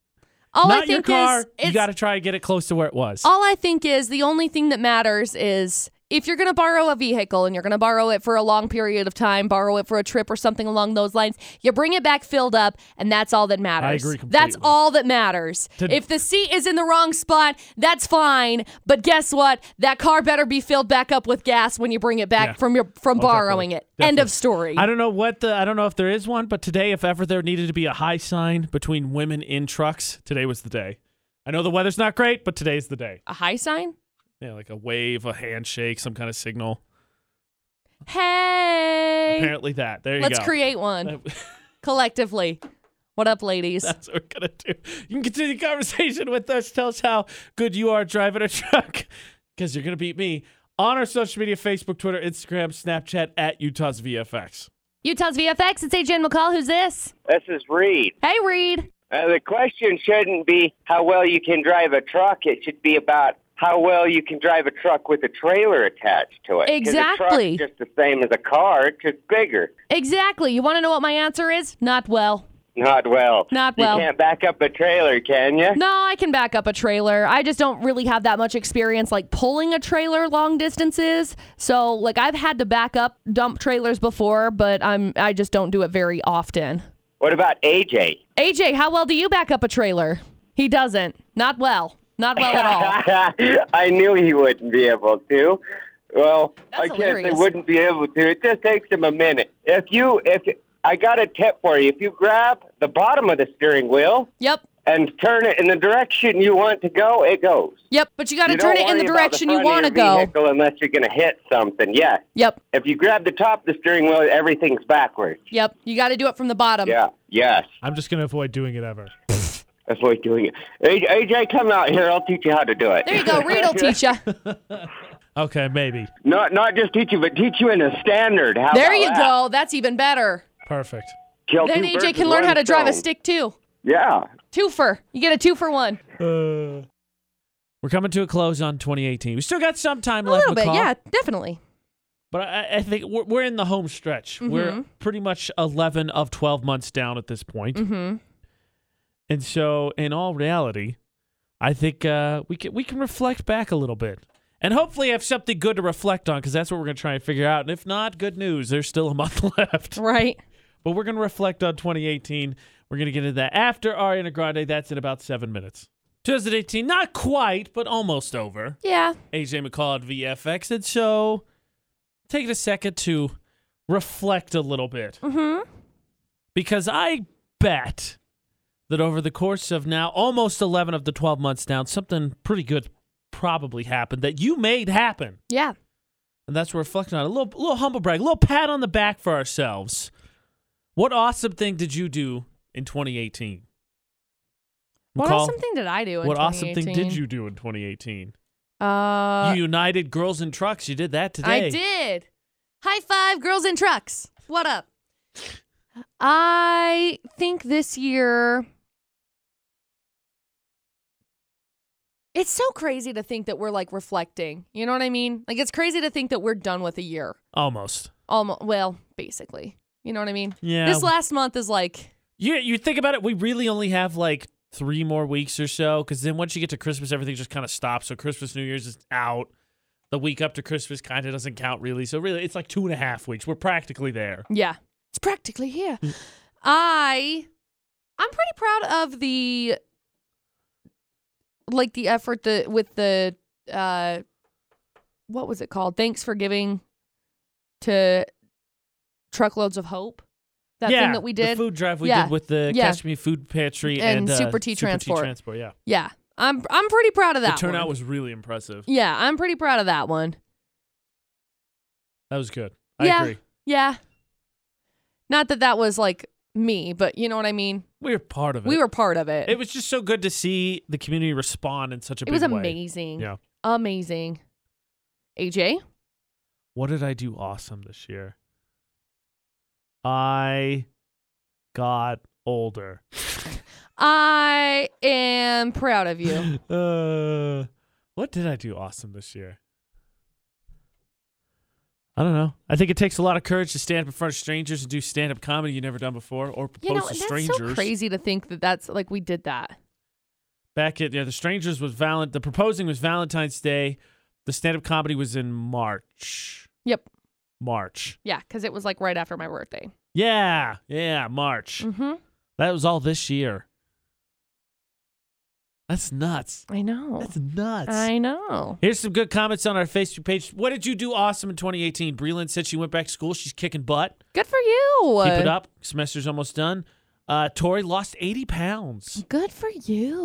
All Not I think your car. is you it's got to try and get it close to where it was. All I think is the only thing that matters is if you're going to borrow a vehicle and you're going to borrow it for a long period of time, borrow it for a trip or something along those lines, you bring it back filled up, and that's all that matters. agree That's completely. all that matters. To- if the seat is in the wrong spot, that's fine. But guess what? That car better be filled back up with gas when you bring it back Yeah. Oh, from your from borrowing definitely. it. End Definitely. of story. I don't know what the I don't know if there is one, but today, if ever there needed to be a high sign between women in trucks, today was the day. I know the weather's not great, but today's the day. a high sign? Yeah, like a wave, a handshake, some kind of signal. Hey. Apparently that. There you Let's go. create one collectively. What up, ladies? That's what we're gonna do. You can continue the conversation with us. Tell us how good you are driving a truck, because you're gonna beat me on our social media: Facebook, Twitter, Instagram, Snapchat at Utah's VFX. Utah's VFX. It's AJ and McCall. Who's this? This is Reed. Hey, Reed. Uh, the question shouldn't be how well you can drive a truck. It should be about how well you can drive a truck with a trailer attached to it. 'Cause Exactly. A truck's just the same as a car, it's just bigger. Exactly. You want to know what my answer is? Not well. Not well. Not you well. can't back up a trailer, can you? No, I can back up a trailer. I just don't really have that much experience like pulling a trailer long distances. So, like I've had to back up dump trailers before, but I'm I just don't do it very often. What about AJ? AJ, how well do you back up a trailer? He doesn't. Not well. Not well at all. I knew he wouldn't be able to. Well, That's I can't hilarious. say wouldn't be able to. It just takes him a minute. If you, if I got a tip for you, if you grab the bottom of the steering wheel Yep. and turn it in the direction you want to go, it goes. Yep, but you got to You turn don't it in the worry about direction you front of want to your go. vehicle Unless you're going to hit something, yes. Yep. If you grab the top of the steering wheel, everything's backwards. Yep. You got to do it from the bottom. Yeah. Yes. I'm just gonna avoid doing it ever. Avoid doing it. AJ, come out here. I'll teach you how to do it. There you go. Reed'll teach you. Okay, maybe. Not not just teach you, but teach you in a standard. How There about you that? go. That's even better. Perfect. Kill Then two birds AJ with can learn one how to drive a stone. stick too. Yeah. Twofer. You get a two for one. Uh, We're coming to a close on 2018. We still got some time A left. little bit, McCall, yeah, definitely. But I, I think we're, we're in the home stretch. We're Mhm. pretty much 11 of 12 months down at this point. Mm-hmm. And so, in all reality, I think uh, we can we can reflect back a little bit, and hopefully have something good to reflect on, because that's what we're gonna try and figure out. And if not, good news, there's still a month left. Right. But we're gonna reflect on 2018. We're gonna get into that after Ariana Grande. That's in about seven minutes. 2018, not quite, but almost over. Yeah. AJ McCall at VFX, and so take a second to reflect a little bit Mm-hmm. because I bet that over the course of now almost 11 of the 12 months down, something pretty good probably happened that you made happen. Yeah. And that's what we're reflecting on. A little, little humble brag, a little pat on the back for ourselves. What awesome thing did you do in 2018? What McCall, awesome thing did I do? In what awesome thing did 2018? you do in 2018? Uh, you united girls in trucks. You did that today. I did. High five, girls in trucks. What up? I think this year. It's so crazy to think that we're like reflecting. You know what I mean? Like it's crazy to think that we're done with a year. Almost. Almost, well, basically. You know what I mean? Yeah. This last month is like, You you think about it, we really only have like three more weeks or so, because then once you get to Christmas, everything just kind of stops. So Christmas, New Year's is out. The week up to Christmas kind of doesn't count really. So really, it's like two and a half weeks. We're practically there. yeah, it's practically here. Mm. I, I'm pretty proud of the, like the effort that with the, uh, what was it called? Thanks for giving, to, truckloads of hope. That yeah, thing that we did. the food drive we Yeah, did with the yeah. Catch Me Food Pantry And and, uh, Super Tea Transport. Transport. Yeah, yeah, I'm I'm pretty proud of that. the turnout one. was really impressive. Yeah, I'm pretty proud of that one. That was good. I Yeah. agree. Yeah. Not that that was like me, but you know what I mean? We were part of it. We were part of it. It was just so good to see the community respond in such a It big was way. amazing. Yeah. Amazing. AJ? What did I do awesome this year? I got older. I am proud of you. uh, what did I do awesome this year? I don't know. I think it takes a lot of courage to stand up in front of strangers and do stand up comedy you've never done before or propose you know, to that's strangers. so crazy to think that that's like we did that. Back at yeah, the strangers was valent the proposing was Valentine's Day. The stand up comedy was in March. Yep. March. Yeah, because it was like right after my birthday. Yeah. Yeah, March. Mm-hmm. That was all this year. That's nuts. I know. That's nuts. I know. Here's some good comments on our Facebook page. What did you do awesome in 2018? Breland said she went back to school. She's kicking butt. Good for you. Keep it up. Semester's almost done. Uh, Tori lost 80 pounds. Good for you.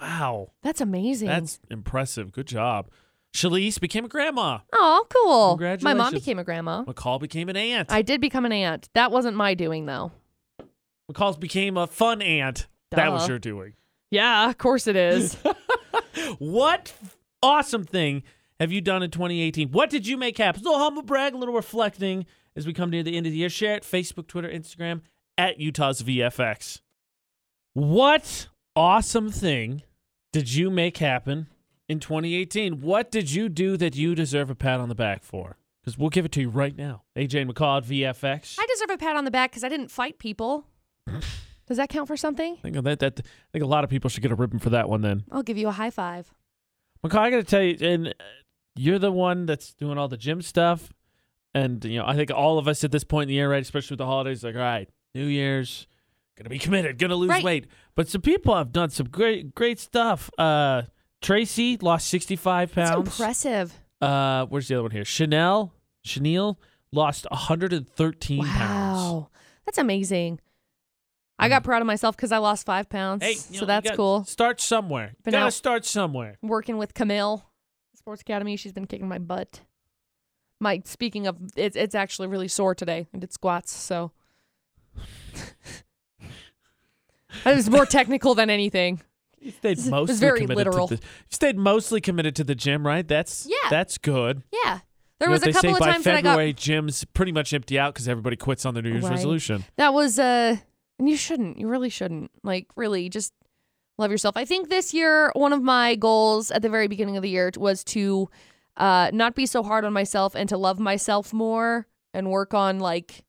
Wow. That's amazing. That's impressive. Good job. Shalise became a grandma. oh, cool. My mom Congratulations. became a grandma. McCall became an aunt. I did become an aunt. That wasn't my doing though. McCall became a fun aunt. That was Duh. your doing. Yeah, of course it is. What awesome thing have you done in 2018? What did you make happen? A little humble brag, a little reflecting as we come near the end of the year. Share it Facebook, Twitter, Instagram at Utah's VFX. What awesome thing did you make happen in 2018? What did you do that you deserve a pat on the back for? Because we'll give it to you right now. AJ McCall at VFX. I deserve a pat on the back because I didn't fight people. Does that count for something? I think that, that I think a lot of people should get a ribbon for that one. Then, I'll give you a high five. McCall, I got to tell you, and uh, you're the one that's doing all the gym stuff, and you know I think all of us at this point in the year, right, especially with the holidays, like all right, New Year's, gonna be committed, gonna lose Right. weight. But some people have done some great great stuff. Uh, Tracy lost 65 That's pounds. impressive. Uh, where's the other one here? Chanel, Chanel lost 113 pounds. Wow. That's amazing. I got proud of myself because I lost five pounds. Mm. Hey, you know, so you that's gotta cool. Start somewhere. But gotta now- start somewhere. Working with Camille, Sports Academy, she's been kicking my butt. My speaking of, it's it's actually really sore today. I did squats, so it was more technical than anything. You stayed This is- mostly it's very committed literal. To the, you stayed mostly committed to the gym, right? That's Yeah. That's good. Yeah, You know there was what a they couple say of by times that I got February gyms pretty much empty out because everybody quits on their New Year's Right. resolution. That was uh and you shouldn't. You really shouldn't. Like really just love yourself. I think this year one of my goals at the very beginning of the year was to uh not be so hard on myself and to love myself more and work on like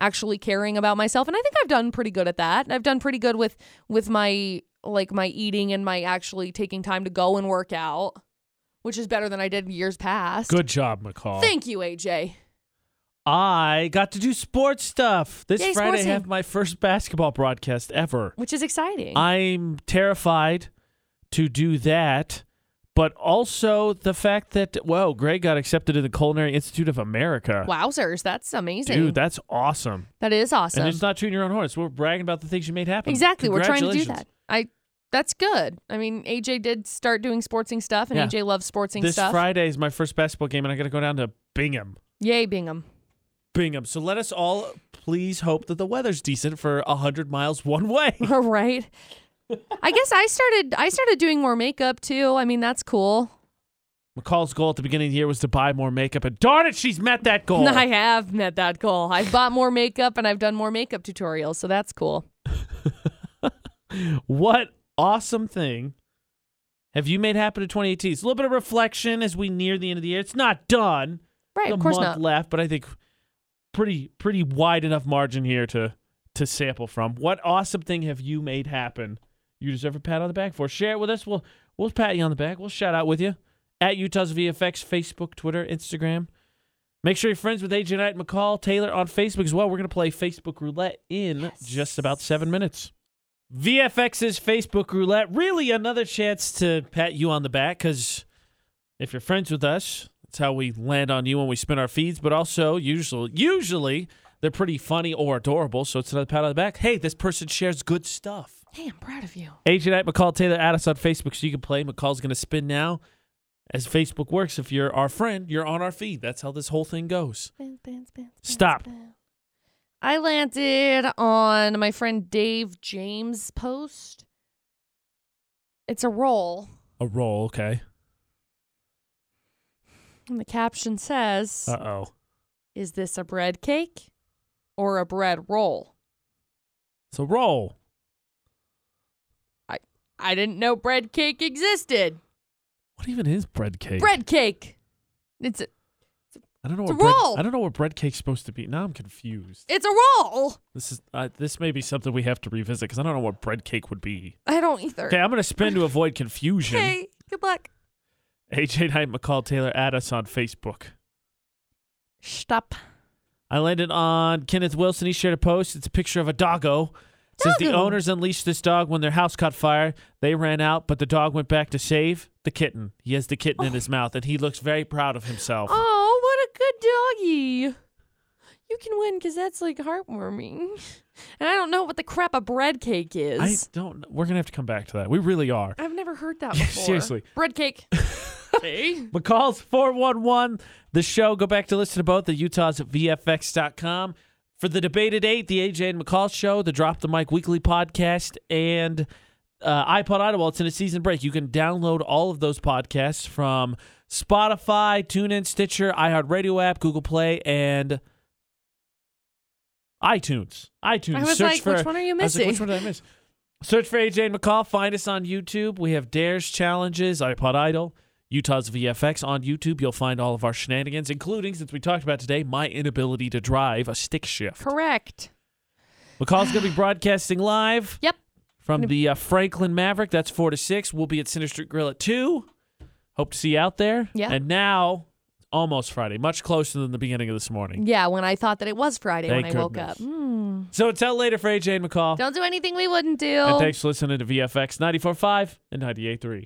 actually caring about myself and I think I've done pretty good at that. I've done pretty good with with my like my eating and my actually taking time to go and work out, which is better than I did years past. Good job, McCall. Thank you, AJ. I got to do sports stuff. This Yay, Friday I sportsing. have my first basketball broadcast ever. Which is exciting. I'm terrified to do that, but also the fact that whoa, Greg got accepted in the Culinary Institute of America. Wowzers, that's amazing. uh, Dude, that's awesome. that is awesome. And it's not tooting your own horns. We're bragging about the things you made happen. Exactly. We're trying to do Congratulations. that. I that's good. I mean, AJ did start doing sportsing stuff and Yeah. AJ loves sportsing This stuff. Friday is my first basketball game, and I got to go down to Bingham. Yay, Bingham. Bingham. So let us all please hope that the weather's decent for 100 miles one way. All right. I guess I started I started doing more makeup too. I mean, that's cool. McCall's goal at the beginning of the year was to buy more makeup, and darn it, she's met that goal. I have met that goal. I've bought more makeup and I've done more makeup tutorials, so that's cool. What awesome thing have you made happen in 2018? It's a little bit of reflection as we near the end of the year. It's not done. Right, the of course month not. left, but I think pretty pretty wide enough margin here to to sample from. What awesome thing have you made happen? You deserve a pat on the back for. Share it with us. We'll we'll pat you on the back. We'll shout out with you at Utah's VFX Facebook, Twitter, Instagram. Make sure you're friends with AJ Knight and McCall Taylor on Facebook as well. We're gonna play Facebook Roulette in just about seven minutes. VFX's Facebook Roulette. Really another chance to pat you on the back because if you're friends with us, that's how we land on you when we spin our feeds. But also, usually, usually they're pretty funny or adorable. So it's another pat on the back. Hey, this person shares good stuff. Hey, I'm proud of you. Agent at McCall Taylor, add us on Facebook so you can play. McCall's going to spin now. As Facebook works, if you're our friend, you're on our feed. That's how this whole thing goes. Spin, spin, spin, spin, Stop. spin. I landed on my friend Dave James' post. It's a roll. A roll, okay. And the caption says, Uh oh. Is this a bread cake or a bread roll? It's a roll. I didn't know bread cake existed. What even is bread cake? Bread cake. It's a, I don't know It's what a bread, roll. I don't know what bread cake's supposed to be. Now I'm confused. it's a roll. This is uh, this may be something we have to revisit because I don't know what bread cake would be. I don't either. Okay, I'm gonna spin to avoid confusion. Okay, good luck. AJ Knight, McCall Taylor, add us on Facebook. Stop. I landed on Kenneth Wilson. He shared a post. It's a picture of a doggo. It says the Doggo. owners unleashed this dog when their house caught fire. They ran out, but the dog went back to save the kitten. He has the kitten in his mouth, and he looks very proud of himself. Oh, what a good doggy. You can win because that's like heartwarming. And I don't know what the crap a bread cake I is. don't. know. We're gonna have to come back to that. We really are. I, have never heard that before. Seriously. Bread cake. See? McCall's 411. The show. Go back to listen to both the Utah's at VFX.com. For the debated eight, the AJ and McCall show, the Drop the Mic Weekly podcast, and uh, iPod Audible. It's in a season break. You can download all of those podcasts from Spotify, TuneIn, Stitcher, iHeartRadio app, Google Play, and iTunes. iTunes. I was Search like, for, which one are you I was like, missing? which one did I miss? Search for AJ and McCall. Find us on YouTube. We have Dares Challenges, iPod Idol, Utah's VFX on YouTube. You'll find all of our shenanigans, including, since we talked about today, my inability to drive a stick shift. Correct. McCall's going to be broadcasting live. Yep. From the uh, Franklin Maverick. That's 4 to 6. We'll be at Center Street Grill at 2. Hope to see you out there. Yeah. And now, almost Friday, much closer than the beginning of this morning. Yeah, when I thought that it was Friday when Thank I woke goodness. up. Mm. So until later for AJ and McCall. Don't do anything we wouldn't do. And thanks for listening to VFX 94.5 and 98.3.